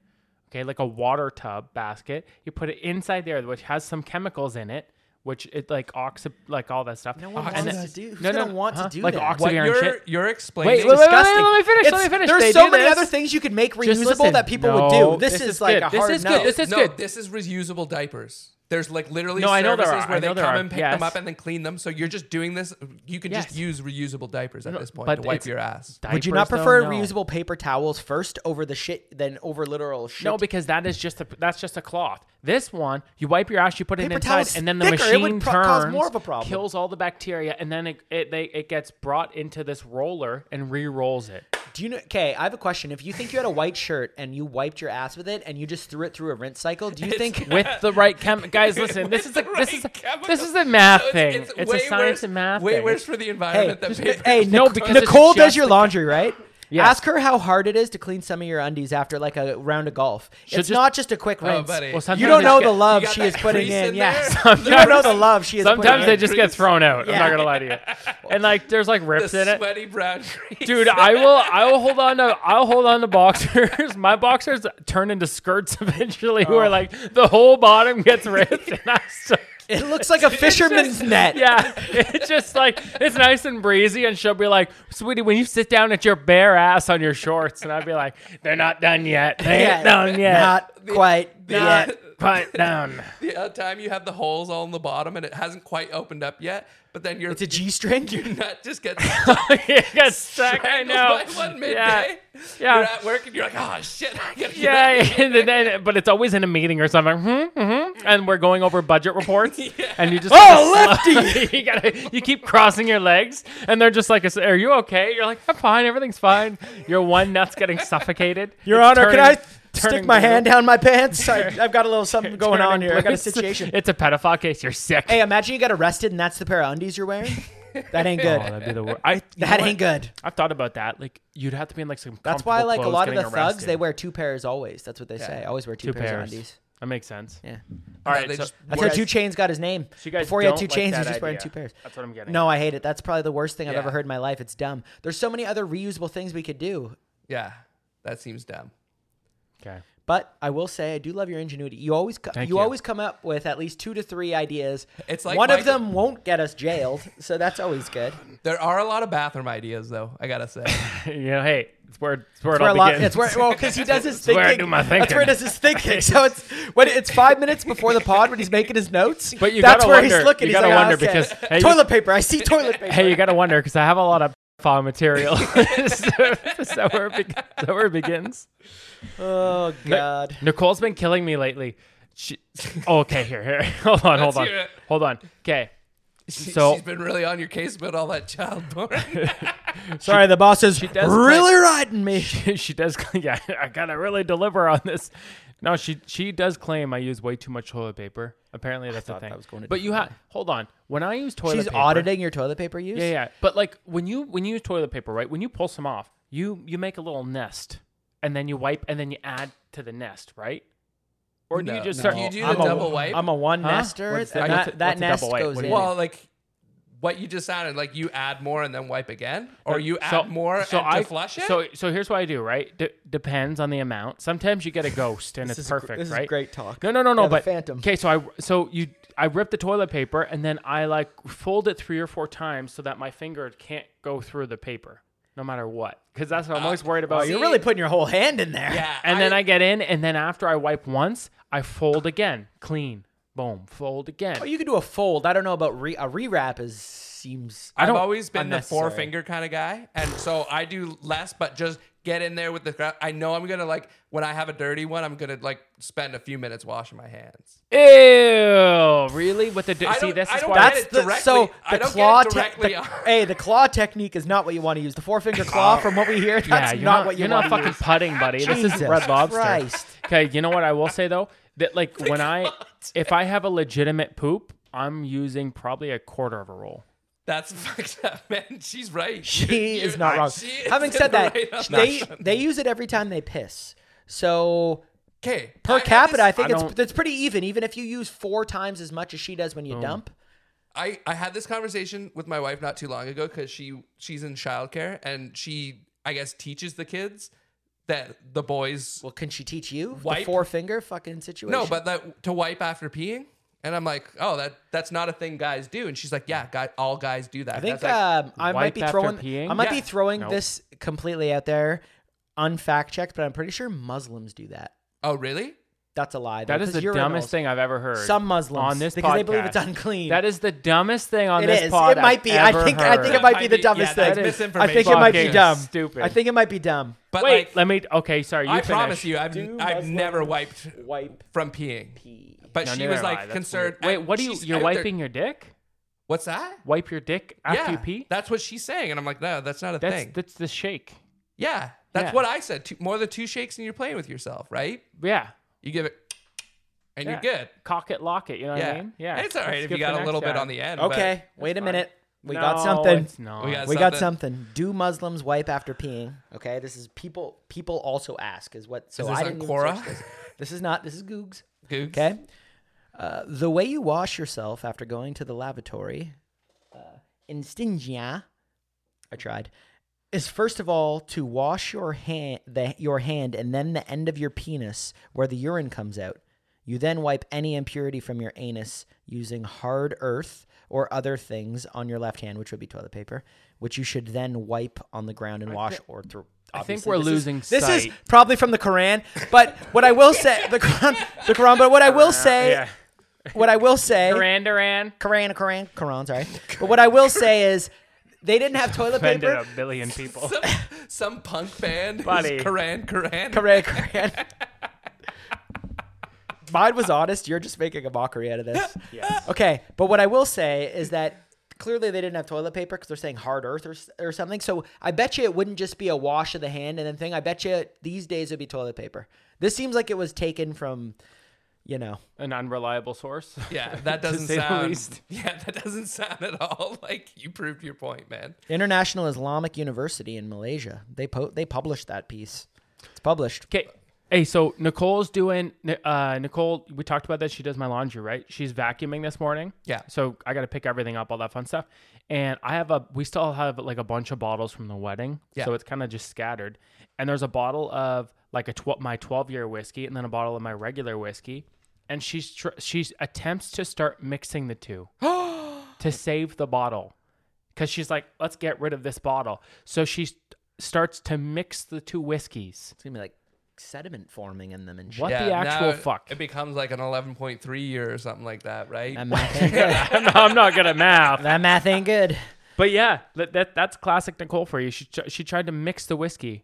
Speaker 2: okay, like a water tub basket. You put it inside there, which has some chemicals in it, which it like oxi, like all that stuff.
Speaker 1: No one
Speaker 2: And
Speaker 1: wants
Speaker 2: then-
Speaker 1: to do. Who's
Speaker 2: No, no,
Speaker 1: gonna want
Speaker 2: huh?
Speaker 1: to do
Speaker 2: like
Speaker 1: that?
Speaker 2: oxy-
Speaker 3: What
Speaker 2: Severe and
Speaker 3: you're
Speaker 2: shit.
Speaker 3: you're explaining?
Speaker 2: Wait,
Speaker 1: It's
Speaker 2: wait, wait,
Speaker 1: disgusting.
Speaker 2: wait, let me finish, let
Speaker 1: It's-
Speaker 2: me finish.
Speaker 1: There's
Speaker 2: They
Speaker 1: so
Speaker 2: do
Speaker 1: many
Speaker 2: this.
Speaker 1: other things you could make
Speaker 2: Just
Speaker 1: reusable
Speaker 2: listen.
Speaker 1: that people
Speaker 2: No,
Speaker 1: would do. This,
Speaker 2: this
Speaker 1: is,
Speaker 2: is
Speaker 1: like
Speaker 2: good.
Speaker 1: a
Speaker 2: This
Speaker 1: hard
Speaker 2: is good.
Speaker 1: no.
Speaker 2: This is-
Speaker 3: no,
Speaker 2: good.
Speaker 3: this is reusable diapers. There's like literally
Speaker 2: No, I know there
Speaker 3: services
Speaker 2: are. I
Speaker 3: where they
Speaker 2: know
Speaker 3: come
Speaker 2: there are.
Speaker 3: and pick
Speaker 2: Yes.
Speaker 3: them up and then clean them. So you're just doing this. You can just
Speaker 2: Yes.
Speaker 3: use reusable diapers at
Speaker 2: No,
Speaker 3: this point
Speaker 2: but
Speaker 3: to wipe
Speaker 2: it's-
Speaker 3: your ass.
Speaker 1: Would you
Speaker 2: Diapers,
Speaker 1: not
Speaker 2: though?
Speaker 1: prefer
Speaker 2: No.
Speaker 1: reusable paper towels first over the shit than over literal shit?
Speaker 2: No, because that is just a that's just a cloth. This one, you wipe your ass, you put it
Speaker 1: Paper
Speaker 2: inside,
Speaker 1: towel's
Speaker 2: and then the
Speaker 1: thicker. It
Speaker 2: machine
Speaker 1: would pro-
Speaker 2: turns,
Speaker 1: cause more of a problem.
Speaker 2: kills all the bacteria, and then it it, they, it gets brought into this roller and re-rolls it.
Speaker 1: do you know? Okay, I have a question. If you think you had a white shirt and you wiped your ass with it and you just threw it through a rinse cycle, do you think
Speaker 2: with the right chem. Guys, listen. This is a
Speaker 3: With the
Speaker 2: this is
Speaker 3: right
Speaker 2: a,
Speaker 3: chemical.
Speaker 2: this is a math
Speaker 3: So
Speaker 2: thing. It's,
Speaker 3: way
Speaker 2: a science
Speaker 3: worse,
Speaker 2: and math
Speaker 3: Way
Speaker 2: thing.
Speaker 3: worse for the
Speaker 1: Hey,
Speaker 3: environment
Speaker 1: just-
Speaker 3: than paper.
Speaker 1: hey,
Speaker 2: No,
Speaker 1: Nic-
Speaker 2: because it's
Speaker 1: Nicole does
Speaker 2: just
Speaker 1: your
Speaker 2: the-
Speaker 1: laundry, right?
Speaker 2: Yes.
Speaker 1: Ask her how hard it is to clean some of your undies after like a round of golf.
Speaker 2: She'll
Speaker 1: it's
Speaker 2: just-
Speaker 1: not just a quick
Speaker 3: Oh,
Speaker 1: rinse.
Speaker 3: buddy.
Speaker 2: Well,
Speaker 1: you
Speaker 2: sometimes
Speaker 1: don't
Speaker 2: they
Speaker 1: know
Speaker 2: just
Speaker 1: the
Speaker 2: get-
Speaker 1: love
Speaker 3: you got
Speaker 1: she is
Speaker 3: that
Speaker 1: putting
Speaker 3: crease
Speaker 1: in.
Speaker 3: in
Speaker 1: yeah,
Speaker 3: there?
Speaker 1: you don't know the love she is.
Speaker 2: Sometimes they
Speaker 1: putting in.
Speaker 2: just get thrown out. I'm
Speaker 1: Yeah.
Speaker 2: not gonna lie to you. And like, there's like
Speaker 3: the
Speaker 2: rips in it.
Speaker 3: sweaty brown grease.
Speaker 2: Dude, I will. I will hold on to. I'll hold on to boxers. My boxers turn into skirts eventually, where like the whole bottom gets ripped, and I still.
Speaker 1: It looks like a fisherman's net.
Speaker 2: Yeah, it's just like it's nice and breezy, and she'll be like, "Sweetie, when you sit down at your bare ass on your shorts," and I'd be like, "They're not done yet. They
Speaker 1: Yeah,
Speaker 2: ain't done yet.
Speaker 1: Not quite
Speaker 3: the-
Speaker 1: yet.
Speaker 2: quite done."
Speaker 3: the other time you have the holes all in the bottom and it hasn't quite opened up yet, but then you're
Speaker 1: It's a G string.
Speaker 3: nut just gets
Speaker 2: you got stuck. I
Speaker 3: strangled
Speaker 2: know.
Speaker 3: by one midday.
Speaker 2: Yeah.
Speaker 3: You're
Speaker 2: Yeah.
Speaker 3: at work and you're like, oh shit, I gotta get
Speaker 2: Yeah,
Speaker 3: out of here."
Speaker 2: and then, but it's always in a meeting or something. hmm hmm And we're going over budget reports, and you just oh lefty, you gotta you keep crossing your legs, and they're just like, "Are you okay?" You're like, "I'm fine, everything's fine." Your one nut's getting suffocated.
Speaker 1: Your
Speaker 2: It's
Speaker 1: Honor,
Speaker 2: turning-
Speaker 1: can I
Speaker 2: turning
Speaker 1: stick my
Speaker 2: blue.
Speaker 1: hand down my pants? I, I've got a little something going on
Speaker 2: Turning
Speaker 1: here. I got
Speaker 2: blue.
Speaker 1: a situation.
Speaker 2: It's a pedophile case. You're sick.
Speaker 1: Hey, imagine you got arrested and that's the pair of undies you're wearing. That ain't good.
Speaker 2: Oh, that'd be the worst. I, you
Speaker 1: that
Speaker 2: know
Speaker 1: ain't
Speaker 2: what?
Speaker 1: good.
Speaker 2: I've thought about that. Like you'd have to be in like some.
Speaker 1: That's why,
Speaker 2: comfortable
Speaker 1: like a
Speaker 2: clothes
Speaker 1: lot of the
Speaker 2: getting
Speaker 1: thugs,
Speaker 2: arrested.
Speaker 1: they wear two pairs always. That's what they say. Always wear two,
Speaker 2: two
Speaker 1: pairs,
Speaker 2: pairs.
Speaker 1: of undies.
Speaker 2: That makes sense.
Speaker 1: Yeah.
Speaker 2: All
Speaker 3: No,
Speaker 2: right,
Speaker 3: they
Speaker 2: so
Speaker 3: just
Speaker 1: That's
Speaker 3: Where
Speaker 1: how
Speaker 3: I-
Speaker 1: Two Chains got his name.
Speaker 2: So you guys
Speaker 1: Before he had
Speaker 2: don't
Speaker 1: Two
Speaker 2: like
Speaker 1: Chains, he
Speaker 2: that
Speaker 1: was just wearing
Speaker 2: idea.
Speaker 1: two pairs.
Speaker 2: That's what I'm getting
Speaker 1: No, I hate it. That's probably the worst thing I've ever
Speaker 3: Yeah.
Speaker 1: heard in my life. It's dumb. There's so many other reusable things we could do.
Speaker 3: Yeah, that seems dumb.
Speaker 2: okay.
Speaker 1: But I will say, I do love your ingenuity. You always, co- you,
Speaker 2: Thank you.
Speaker 1: always come up with at least two to three ideas.
Speaker 3: It's like
Speaker 1: one of
Speaker 3: Michael-
Speaker 1: them won't get us jailed, so that's always good.
Speaker 3: There are a lot of bathroom ideas though, I gotta say.
Speaker 2: you know, hey, it's where it's where
Speaker 1: It's where
Speaker 2: it
Speaker 1: a
Speaker 2: all
Speaker 1: lot.
Speaker 2: begins.
Speaker 1: It's where well, because he does his
Speaker 2: where
Speaker 1: thinking.
Speaker 2: I do my
Speaker 1: That's where he
Speaker 2: thinking.
Speaker 1: does his thinking. So it's when it's five minutes before the pod when he's making his notes.
Speaker 2: But you
Speaker 1: that's
Speaker 2: gotta
Speaker 1: where he's
Speaker 2: wonder-
Speaker 1: looking.
Speaker 2: you
Speaker 1: he's
Speaker 2: gotta
Speaker 1: like,
Speaker 2: wonder
Speaker 1: okay.
Speaker 2: because, hey, you-
Speaker 1: toilet paper. I see toilet paper.
Speaker 2: hey, you gotta wonder because I have a lot of file material. so, so where it beg- so where it begins.
Speaker 1: Oh God.
Speaker 2: Nicole's been killing me lately. She, oh, okay, here, here. Hold on, hold on,
Speaker 3: hear it.
Speaker 2: hold on. Okay,
Speaker 3: She,
Speaker 2: So-
Speaker 3: she's been really on your case about all that child porn.
Speaker 1: Sorry, the boss is
Speaker 2: does
Speaker 1: really riding me.
Speaker 2: she does. cl- Yeah, I gotta really deliver on this. No, she she does claim I use way too much toilet paper. Apparently, that's the
Speaker 1: thought
Speaker 2: thing.
Speaker 1: that was going a
Speaker 2: but you have hold on. When I use toilet,
Speaker 1: She's
Speaker 2: paper,
Speaker 1: auditing your toilet paper use.
Speaker 2: Yeah, yeah. But like when you when you use toilet paper, right? When you pull some off, you you make a little nest, and then you wipe, and then you add to the nest, right? Or do you
Speaker 3: No,
Speaker 2: just
Speaker 3: no.
Speaker 2: start?
Speaker 3: You do the double wipe.
Speaker 1: I'm a one
Speaker 2: Huh?
Speaker 1: nester.
Speaker 2: What's
Speaker 1: and
Speaker 2: that?
Speaker 1: that
Speaker 2: What's a-
Speaker 1: that
Speaker 2: what's a
Speaker 1: nest
Speaker 2: double wipe?
Speaker 1: goes
Speaker 2: What do
Speaker 1: in.
Speaker 2: you
Speaker 3: well, like what you just sounded like you add more and then wipe again, or you add more and to flush it.
Speaker 2: Uh, So so here's what I do, right? D- depends on the amount. Sometimes you get a ghost and
Speaker 1: This
Speaker 2: it's
Speaker 1: is a gr-
Speaker 2: perfect,
Speaker 1: this is
Speaker 2: right?
Speaker 1: great talk.
Speaker 2: No, no, no, no.
Speaker 1: Yeah, the
Speaker 2: but
Speaker 1: phantom.
Speaker 2: Okay, so I so you I rip the toilet paper and then I like fold it three or four times so that my finger can't go through the paper, no matter what, because that's what I'm always worried about.
Speaker 1: Oh, you're really putting your whole hand in there.
Speaker 3: yeah,
Speaker 2: and then I get in, and then after I wipe once, I fold again, clean, boom, fold again.
Speaker 1: Oh, you could do a fold. I don't know about re- a rewrap. Is seems
Speaker 2: I
Speaker 3: I've
Speaker 2: don't-
Speaker 3: always been the
Speaker 1: unnecessary.
Speaker 3: four finger kind of guy, and so I do less, but just get in there with the. gra- I know I'm gonna like when I have a dirty one, I'm gonna like spend a few minutes washing my hands.
Speaker 2: Ew, really? With the d-
Speaker 3: I
Speaker 2: see,
Speaker 3: don't-
Speaker 2: this
Speaker 3: I
Speaker 2: is
Speaker 3: don't
Speaker 2: why
Speaker 3: get
Speaker 1: That's
Speaker 3: it
Speaker 1: the
Speaker 3: directly-
Speaker 1: so
Speaker 3: I
Speaker 1: the
Speaker 3: don't get
Speaker 1: claw
Speaker 3: it directly
Speaker 1: technique.
Speaker 3: on-
Speaker 1: Hey, the claw technique is not what you want to use. The four finger claw, from what we hear,
Speaker 2: yeah,
Speaker 1: that's
Speaker 2: you're
Speaker 1: not, what you
Speaker 2: are not
Speaker 1: want.
Speaker 2: fucking putting, buddy. This is
Speaker 1: Jesus
Speaker 2: Red Lobster.
Speaker 1: Christ.
Speaker 2: Okay, you know what I will say though that like when I if I have a legitimate poop, I'm using probably a quarter of a roll.
Speaker 3: That's fucked up, man. She's right.
Speaker 1: She
Speaker 3: You're-
Speaker 1: is not wrong.
Speaker 3: she is
Speaker 1: Having said that,
Speaker 3: right on
Speaker 1: they they use it every time they piss. So
Speaker 3: okay
Speaker 1: per capita, I think
Speaker 2: I
Speaker 1: it's
Speaker 2: don't-
Speaker 1: it's pretty even. Even if you use four times as much as she does when you dump,
Speaker 3: I, I had this conversation with my wife not too long ago because she she's in childcare and she I guess teaches the kids that the boys
Speaker 1: Well, can she teach you the
Speaker 3: Wipe.
Speaker 1: four finger fucking situation?
Speaker 3: no, but that to wipe after peeing. And I'm like, oh, that that's not a thing guys do. And she's like, yeah, guy, all guys do that.
Speaker 1: I think
Speaker 3: That's like,
Speaker 1: um, I might
Speaker 2: wipe
Speaker 1: be
Speaker 2: after
Speaker 1: throwing
Speaker 2: peeing?
Speaker 1: I might be
Speaker 3: Yeah.
Speaker 1: throwing
Speaker 2: Nope.
Speaker 1: this completely out there, unfact checked, but I'm pretty sure Muslims do that.
Speaker 3: oh, really?
Speaker 1: That's a lie. though,
Speaker 2: That is
Speaker 1: 'cause
Speaker 2: the
Speaker 1: urinals-
Speaker 2: dumbest thing I've ever heard.
Speaker 1: Some Muslims,
Speaker 2: on this
Speaker 1: because they believe it's
Speaker 2: podcast.
Speaker 1: unclean.
Speaker 2: That is the dumbest thing on
Speaker 1: It
Speaker 2: this
Speaker 1: is.
Speaker 2: pod.
Speaker 1: It might
Speaker 2: I've
Speaker 1: be. I
Speaker 2: ever
Speaker 1: think. I think it
Speaker 2: heard.
Speaker 1: might be the
Speaker 3: Yeah,
Speaker 1: dumbest
Speaker 3: that
Speaker 1: thing.
Speaker 3: is
Speaker 1: I think it might be
Speaker 2: misinformation.
Speaker 1: dumb.
Speaker 2: Stupid.
Speaker 1: I think it might be dumb.
Speaker 3: But
Speaker 2: Wait,
Speaker 3: like,
Speaker 2: let me. Okay, sorry. You
Speaker 3: I
Speaker 2: finish.
Speaker 3: promise you, I've I've never wiped
Speaker 1: Wipe.
Speaker 3: from peeing. But
Speaker 2: No,
Speaker 3: she
Speaker 2: neither
Speaker 3: was
Speaker 2: have I.
Speaker 3: like
Speaker 2: That's
Speaker 3: concerned.
Speaker 2: weird.
Speaker 3: and
Speaker 2: Wait, what do you?
Speaker 3: she's
Speaker 2: You're
Speaker 3: out there-
Speaker 2: wiping your dick?
Speaker 3: What's that?
Speaker 2: Wipe your dick after
Speaker 3: yeah,
Speaker 2: you pee?
Speaker 3: that's what she's saying, and I'm like, no, that's not a
Speaker 2: that's
Speaker 3: thing.
Speaker 2: that's the shake.
Speaker 3: yeah, that's
Speaker 2: Yeah.
Speaker 3: what I said. Two, more than two shakes, and you're playing with yourself, right?
Speaker 2: Yeah.
Speaker 3: You give it, and
Speaker 2: yeah.
Speaker 3: you're good.
Speaker 2: Cock it, lock it. You know
Speaker 3: Yeah,
Speaker 2: what I mean? Yeah.
Speaker 3: And it's all right
Speaker 2: Let's
Speaker 3: if you
Speaker 2: skip the
Speaker 3: got a
Speaker 2: next
Speaker 3: little bit
Speaker 2: guy.
Speaker 3: on the end. but-
Speaker 1: Okay. Wait a minute. We got
Speaker 2: No,
Speaker 1: something.
Speaker 2: It's not.
Speaker 3: We got
Speaker 1: We got
Speaker 3: something.
Speaker 1: something. Do Muslims wipe after peeing? Okay, this is people. People also ask is what. So
Speaker 3: Is this
Speaker 1: I
Speaker 3: on
Speaker 1: didn't even
Speaker 3: Quora?
Speaker 1: search This. This is not. This is Googs.
Speaker 3: Googs.
Speaker 1: Okay. Uh, the way you wash yourself after going to the lavatory, uh, instingia, I tried, is first of all to wash your hand, the, your hand, and then the end of your penis where the urine comes out. You then wipe any impurity from your anus using hard earth or other things on your left hand, which would be toilet paper, which you should then wipe on the ground and wash or through.
Speaker 2: I think
Speaker 1: Obviously,
Speaker 2: we're
Speaker 1: this is-
Speaker 2: losing
Speaker 1: this
Speaker 2: sight.
Speaker 1: is probably from the Quran, but what I will say, the Quran, the Quran. But what I will say,
Speaker 2: Uh, yeah.
Speaker 1: what I will say, Quran,
Speaker 2: Duran Duran.
Speaker 1: Quran, Quran. Sorry, but what I will say is, they didn't have toilet
Speaker 2: Offended
Speaker 1: paper.
Speaker 2: a billion people.
Speaker 3: Some punk band.
Speaker 2: Buddy.
Speaker 3: Buddy. Koran, Koran.
Speaker 1: Quran, Quran. Mine was honest. You're just making a mockery out of this.
Speaker 2: Yes.
Speaker 1: Okay, but what I will say is that clearly they didn't have toilet paper because they're saying hard earth or, s- or something. So I bet you it wouldn't just be a wash of the hand and then thing. I bet you these days it would be toilet paper. This seems like it was taken from, you know.
Speaker 2: An unreliable source.
Speaker 3: Yeah, that
Speaker 2: To
Speaker 3: doesn't
Speaker 2: say the
Speaker 3: sound.
Speaker 2: least.
Speaker 3: Yeah, that doesn't sound at all like you proved your point, man.
Speaker 1: International Islamic University in Malaysia. They po- they published that piece. It's published.
Speaker 2: Okay. Hey, so Nicole's doing. Uh, Nicole, we talked about this. She does my laundry, right? She's vacuuming this morning.
Speaker 3: Yeah.
Speaker 2: So I got to pick everything up, all that fun stuff. And I have a. We still have like a bunch of bottles from the wedding.
Speaker 3: Yeah.
Speaker 2: So it's kind of just scattered. And there's a bottle of like a tw- my 12 year whiskey, and then a bottle of my regular whiskey. And she's tr- she's attempts to start mixing the two to save the bottle because she's like, let's get rid of this bottle. So she s- starts to mix the two whiskeys.
Speaker 1: It's gonna be like sediment forming in them and shit.
Speaker 2: What
Speaker 3: Yeah,
Speaker 2: the actual
Speaker 3: now
Speaker 2: fuck?
Speaker 3: It becomes like an 11.3 year or something like that, right?
Speaker 1: That math ain't good.
Speaker 2: I'm not, I'm not gonna math.
Speaker 1: that math ain't good.
Speaker 2: But yeah, that, that that's classic Nicole for you. She tr- she tried to mix the whiskey.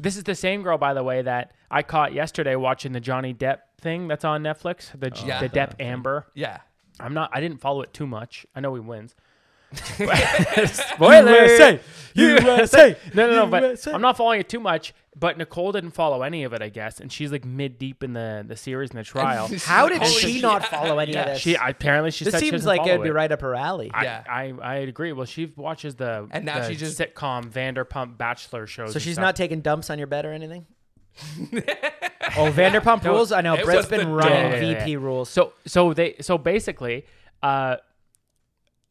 Speaker 2: This is the same girl, by the way, that I caught yesterday watching the Johnny Depp thing that's on Netflix. The
Speaker 1: Oh,
Speaker 3: Yeah.
Speaker 2: the Depp Amber.
Speaker 3: yeah.
Speaker 2: I'm not. I didn't follow it too much. I know he wins.
Speaker 1: USA, USA.
Speaker 2: No, no, no. But
Speaker 1: USA.
Speaker 2: I'm not following it too much. But Nicole didn't follow any of it, I guess, and she's like mid deep in the the series and the trial.
Speaker 1: How did
Speaker 3: Holy
Speaker 1: she
Speaker 3: shit.
Speaker 1: not follow any of this?
Speaker 2: Oh, she apparently she
Speaker 1: this
Speaker 2: said she
Speaker 1: seems
Speaker 2: doesn't
Speaker 1: like it'd
Speaker 2: follow
Speaker 1: be right up her alley.
Speaker 2: I,
Speaker 3: Yeah.
Speaker 2: I, I agree. Well, she watches the
Speaker 3: And now
Speaker 2: the
Speaker 3: she just-
Speaker 2: sitcom Vanderpump Bachelor shows.
Speaker 1: so
Speaker 2: and
Speaker 1: she's
Speaker 2: stuff.
Speaker 1: not taking dumps on your bed or anything. oh, Vanderpump Rules. I know
Speaker 3: It
Speaker 1: Brett's
Speaker 3: was the
Speaker 1: been running
Speaker 2: Yeah, yeah, yeah.
Speaker 1: VP Rules.
Speaker 2: So so they so basically, uh,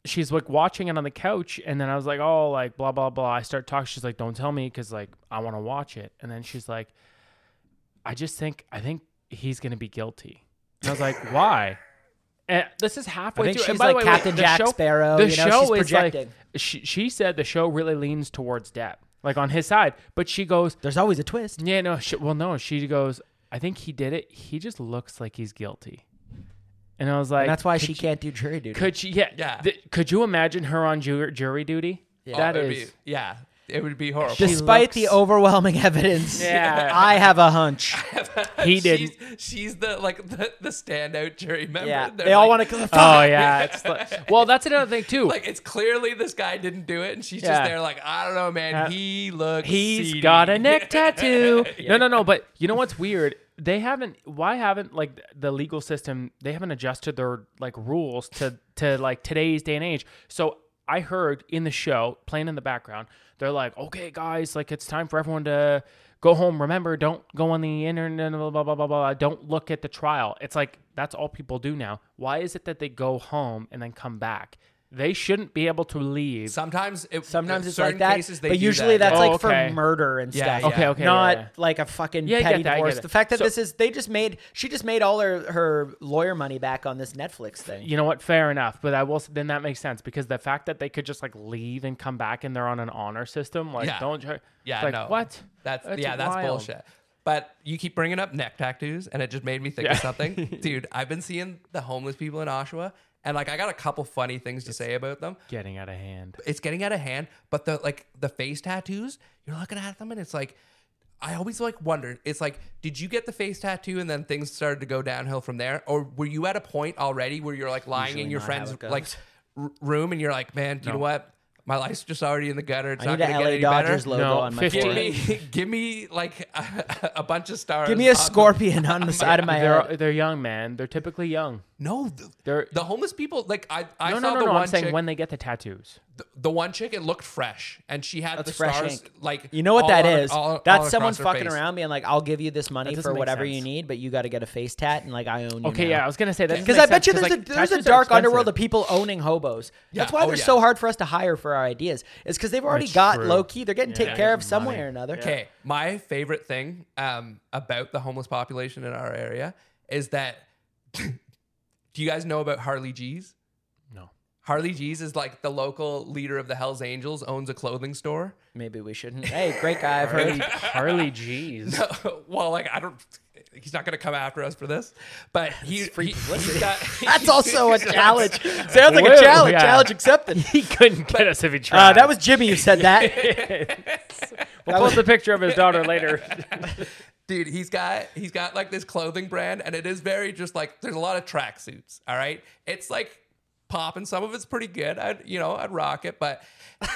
Speaker 2: she's like watching it on the couch, and then I was like, oh, like blah blah blah. I start talking. She's like, don't tell me because like I want to watch it. And then she's like, I just think I think he's gonna be guilty. And I was like, why? And this is halfway
Speaker 1: think
Speaker 2: through.
Speaker 1: she's
Speaker 2: and by
Speaker 1: like
Speaker 2: the way, wait,
Speaker 1: Captain
Speaker 2: the
Speaker 1: Jack
Speaker 2: show-
Speaker 1: Sparrow,
Speaker 2: The
Speaker 1: you know, she's
Speaker 2: show is
Speaker 1: projecting.
Speaker 2: like she, she said the show really leans towards Depp, like on his side. But she goes,
Speaker 1: There's always a twist.
Speaker 2: yeah, no. She, well, no. She goes. I think he did it. He just looks like he's guilty. And I was like,
Speaker 1: And that's why
Speaker 2: could
Speaker 1: she
Speaker 2: you-
Speaker 1: can't do jury duty.
Speaker 2: Could she? Yeah.
Speaker 3: Yeah.
Speaker 2: Th- could you imagine her on jury, jury duty?
Speaker 3: Oh,
Speaker 2: That
Speaker 3: it'd
Speaker 2: is.
Speaker 3: Be, yeah, it would be horrible.
Speaker 2: Just-
Speaker 1: Despite the
Speaker 2: looks-
Speaker 1: overwhelming evidence,
Speaker 2: Yeah.
Speaker 1: I have a hunch.
Speaker 2: he didn't.
Speaker 3: she's, she's the like the, the standout jury member.
Speaker 1: Yeah,
Speaker 3: They're
Speaker 1: they all
Speaker 3: like-
Speaker 1: want to kill the
Speaker 2: Oh yeah. It's like, well, that's another thing too.
Speaker 3: Like it's clearly this guy didn't do it, and she's just
Speaker 2: Yeah.
Speaker 3: there like I don't know, man.
Speaker 2: Uh,
Speaker 3: he looks.
Speaker 2: He's
Speaker 3: seedy.
Speaker 2: got a neck tattoo. No, no, no. But you know what's weird? They haven't. Why haven't like the legal system? They haven't adjusted their like rules to to like today's day and age. So I heard in the show playing in the background, they're like, okay, guys, like it's time for everyone to go home. Remember, don't go on the internet. Blah blah blah blah. blah. Don't look at the trial. It's like that's all people do now. Why is it that they go home and then come back? They shouldn't be able to leave.
Speaker 3: Sometimes it,
Speaker 1: Sometimes
Speaker 3: in
Speaker 1: it's like
Speaker 3: certain
Speaker 1: that,
Speaker 3: cases they
Speaker 1: but
Speaker 3: do
Speaker 1: usually
Speaker 3: that.
Speaker 1: that's like
Speaker 2: Oh, okay.
Speaker 1: for murder and
Speaker 3: Yeah,
Speaker 1: stuff.
Speaker 3: yeah. Okay,
Speaker 2: okay, yeah,
Speaker 1: not
Speaker 2: yeah.
Speaker 1: like a fucking
Speaker 2: Yeah, I get
Speaker 1: petty
Speaker 2: that, I get
Speaker 1: divorce.
Speaker 2: it.
Speaker 1: The fact that
Speaker 2: So-
Speaker 1: this is they just made she just made all her her lawyer money back on this Netflix thing.
Speaker 2: you know what? Fair enough. But I will. s- Then that makes sense because the fact that they could just like leave and come back and they're on an honor system, like
Speaker 3: Yeah.
Speaker 2: don't. Try,
Speaker 3: Yeah,
Speaker 2: it's like,
Speaker 3: no.
Speaker 2: What?
Speaker 3: That's, yeah, that's
Speaker 2: wild.
Speaker 3: bullshit. But you keep bringing up neck tattoos, and it just made me think of
Speaker 2: Yeah.
Speaker 3: something, dude. I've been seeing the homeless people in Oshawa, and like I got a couple funny things to say about them.
Speaker 2: Getting out of hand.
Speaker 3: It's getting out of hand, but the like the face tattoos, you're looking at them, and it's like. I always like wondered. It's like, did you get the face tattoo and then things started to go downhill from there, or were you at a point already where you're like lying in
Speaker 1: usually
Speaker 3: your
Speaker 1: not how
Speaker 3: friend's
Speaker 1: it goes.
Speaker 3: like r- room and you're like, man, do you know what? My life's just already in the gutter. It's
Speaker 1: I
Speaker 3: not
Speaker 1: need
Speaker 3: gonna
Speaker 1: a
Speaker 3: get
Speaker 1: LA
Speaker 3: any
Speaker 1: Dodgers
Speaker 3: better.
Speaker 1: logo
Speaker 2: No,
Speaker 1: on my
Speaker 2: 50.
Speaker 1: forehead.
Speaker 3: Give me, give me like a, a bunch of stars.
Speaker 1: Give me a
Speaker 3: on the-
Speaker 1: scorpion on the side of my head.
Speaker 2: They're they're young, man. They're typically young.
Speaker 3: No, the,
Speaker 2: They're-
Speaker 3: the homeless people. Like I, I
Speaker 2: No,
Speaker 3: saw
Speaker 2: no, no,
Speaker 3: the
Speaker 2: no.
Speaker 3: one
Speaker 2: I'm saying
Speaker 3: chick.
Speaker 2: when they get the tattoos.
Speaker 3: the, the one chick, it looked fresh, and she had
Speaker 1: That's
Speaker 3: the
Speaker 1: fresh
Speaker 3: stars.
Speaker 1: ink.
Speaker 3: Like
Speaker 1: You know what that is? That's someone
Speaker 3: someone's
Speaker 1: fucking around being like, "I'll give you this money
Speaker 2: doesn't
Speaker 1: for
Speaker 2: make
Speaker 1: whatever you
Speaker 2: sense.
Speaker 1: need, but you got to get a face tat and like I own you."
Speaker 2: Okay, yeah, I was gonna say that
Speaker 1: Because I bet you there's a there's a dark underworld of people owning hobos. That's
Speaker 3: Yeah,
Speaker 1: why
Speaker 3: oh,
Speaker 1: they're
Speaker 3: yeah.
Speaker 1: so hard for us to hire for our ideas. It's because they've already got
Speaker 2: true.
Speaker 1: low key. They're getting taken care of some way or another.
Speaker 3: Okay, my favorite thing um, about the homeless population in our area is that. do you guys know about Harley G's?
Speaker 2: No.
Speaker 3: Harley G's is like the local leader of the Hell's Angels owns a clothing store.
Speaker 1: Maybe we shouldn't. Hey, great guy. I've
Speaker 2: Harley,
Speaker 1: heard.
Speaker 2: Harley G's.
Speaker 3: well, like I don't. He's not gonna come after us for this, but he,
Speaker 1: free
Speaker 3: he-
Speaker 1: publicity.
Speaker 3: he's got-
Speaker 1: That's also a challenge. Sounds like
Speaker 2: Whoa,
Speaker 1: a challenge.
Speaker 2: yeah.
Speaker 1: Challenge accepted.
Speaker 2: He couldn't get us if
Speaker 3: Ah,
Speaker 2: he tried.
Speaker 1: Uh, that was Jimmy who said that.
Speaker 2: We'll post a picture of his daughter later.
Speaker 3: dude he's got he's got like this clothing brand and it is very just like there's a lot of tracksuits all right it's like popping some of it's pretty good i'd you know i'd rock it but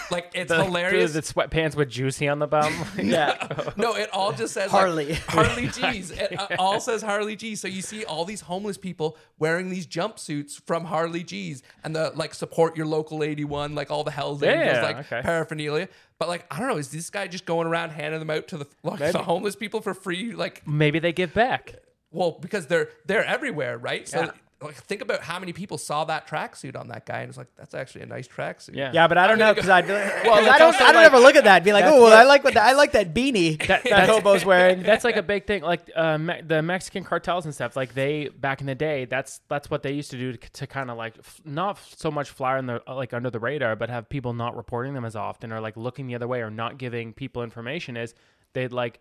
Speaker 3: like it's hilarious
Speaker 2: The sweatpants with juicy on the bum.
Speaker 1: yeah.
Speaker 3: no it all just says
Speaker 1: Harley.
Speaker 3: like, harley g's it uh, all says harley g's so you see all these homeless people wearing these jumpsuits from harley g's and the like support your local 81 like all the hells angels
Speaker 2: Yeah,
Speaker 3: like
Speaker 2: okay.
Speaker 3: paraphernalia but like i don't know is this guy just going around handing them out to the like the homeless people for free like
Speaker 2: Maybe they give back.
Speaker 3: Well, because they're they're everywhere, right? So
Speaker 2: Yeah.
Speaker 3: like think about how many people saw that tracksuit on that guy and it's like, that's actually a nice tracksuit.
Speaker 2: Yeah.
Speaker 1: Yeah, but I don't know because I'd be like, 'cause I
Speaker 3: that's
Speaker 1: don't.
Speaker 3: also
Speaker 1: I don't
Speaker 3: like-
Speaker 1: ever look at that. and Be like,
Speaker 2: That's
Speaker 1: oh, well,
Speaker 2: what-
Speaker 1: I like what the, I like that beanie that,
Speaker 2: that's-
Speaker 1: hobo's wearing.
Speaker 2: That's like a big thing, like uh, Me- the Mexican cartels and stuff. Like they back in the day, that's that's what they used to do to, to kind of like f- not so much fly on the uh, like under the radar, but have people not reporting them as often or like looking the other way or not giving people information. Is they'd like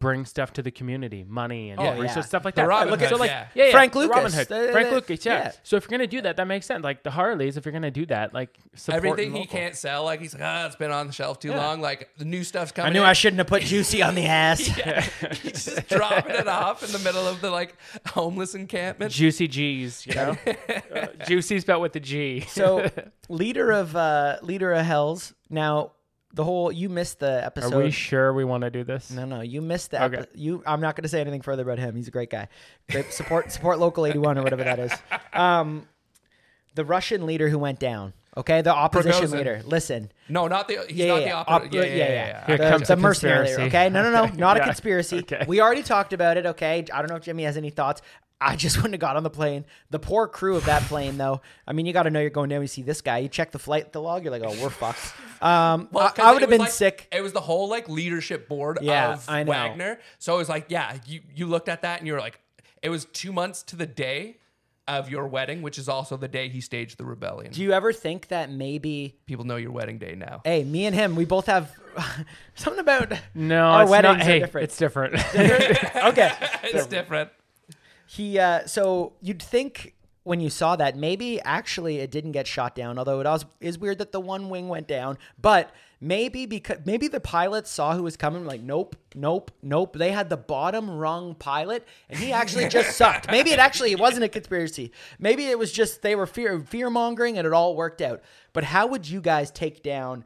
Speaker 2: bring stuff to the community, money and
Speaker 1: Oh,
Speaker 2: research
Speaker 1: yeah.
Speaker 2: stuff like
Speaker 3: The
Speaker 2: that.
Speaker 3: Robin
Speaker 2: Look at-
Speaker 3: Hood,
Speaker 2: so like
Speaker 3: yeah.
Speaker 2: yeah, yeah,
Speaker 1: Frank
Speaker 2: the Robin
Speaker 1: Lucas,
Speaker 2: Hood,
Speaker 1: the-
Speaker 2: Frank
Speaker 1: the-
Speaker 2: Lucas, yeah.
Speaker 1: yeah.
Speaker 2: So if you're gonna do that, that makes sense. Like the Harleys, if you're gonna do that, like support
Speaker 3: Everything he
Speaker 2: local.
Speaker 3: can't sell, like he's like, ah, it's been on the shelf too
Speaker 2: Yeah.
Speaker 3: long. Like the new stuff's coming.
Speaker 1: I knew I shouldn't have put juicy on the ass.
Speaker 3: he's just dropping it off in the middle of the like homeless encampment.
Speaker 2: Juicy G's, you know, uh, juicy spelled with the G.
Speaker 1: So, leader of uh, leader of Hell's. Now, the whole you missed the
Speaker 2: Are
Speaker 1: episode.
Speaker 2: we sure we want to do this?
Speaker 1: No, no, you missed that.
Speaker 2: Okay.
Speaker 1: You, I'm not going to say anything further about him. He's a great guy. Great support, support local 81 or whatever that is. Um, the Russian leader who went down. Okay, the opposition
Speaker 3: Prigozhin.
Speaker 1: leader. Listen,
Speaker 3: No, not the he's
Speaker 1: yeah,
Speaker 3: not
Speaker 1: yeah,
Speaker 3: the
Speaker 1: yeah.
Speaker 3: operator.
Speaker 1: Op-
Speaker 3: yeah, yeah, yeah, yeah.
Speaker 2: Here
Speaker 1: The,
Speaker 2: comes
Speaker 1: the
Speaker 2: the
Speaker 1: mercenary leader.
Speaker 2: conspiracy.
Speaker 1: Okay, no, no, no, not a
Speaker 2: Yeah.
Speaker 1: conspiracy.
Speaker 2: Okay.
Speaker 1: We already talked about it. Okay, I don't know if Jimmy has any thoughts. I just wouldn't have got on the plane. The poor crew of that plane, though. I mean, you got to know you're going down. You see this guy. You check the flight, the log. You're like, oh, we're fucked. Um,
Speaker 3: Well,
Speaker 1: I,
Speaker 3: 'cause
Speaker 1: I
Speaker 3: it
Speaker 1: would have
Speaker 3: was
Speaker 1: been
Speaker 3: like-
Speaker 1: sick.
Speaker 3: It was the whole like leadership board
Speaker 1: Yeah,
Speaker 3: of
Speaker 1: I know.
Speaker 3: Wagner. So it was like, yeah, you you looked at that and you were like, it was two months to the day of your wedding, which is also the day he staged the rebellion.
Speaker 1: Do you ever think that maybe?
Speaker 3: People know your wedding day now.
Speaker 1: Hey, me and him, we both have something about
Speaker 2: no,
Speaker 1: our
Speaker 2: it's
Speaker 1: weddings
Speaker 2: not.
Speaker 1: are
Speaker 2: Hey,
Speaker 1: different.
Speaker 2: it's different.
Speaker 1: okay.
Speaker 3: it's different.
Speaker 1: He uh, so you'd think when you saw that maybe actually it didn't get shot down, although it also is weird that the one wing went down, but maybe because maybe the pilots saw who was coming like nope, nope, nope. They had the bottom rung pilot and he actually just sucked. Maybe it actually it wasn't a conspiracy. Maybe it was just they were fear fear-mongering and it all worked out. But how would you guys take down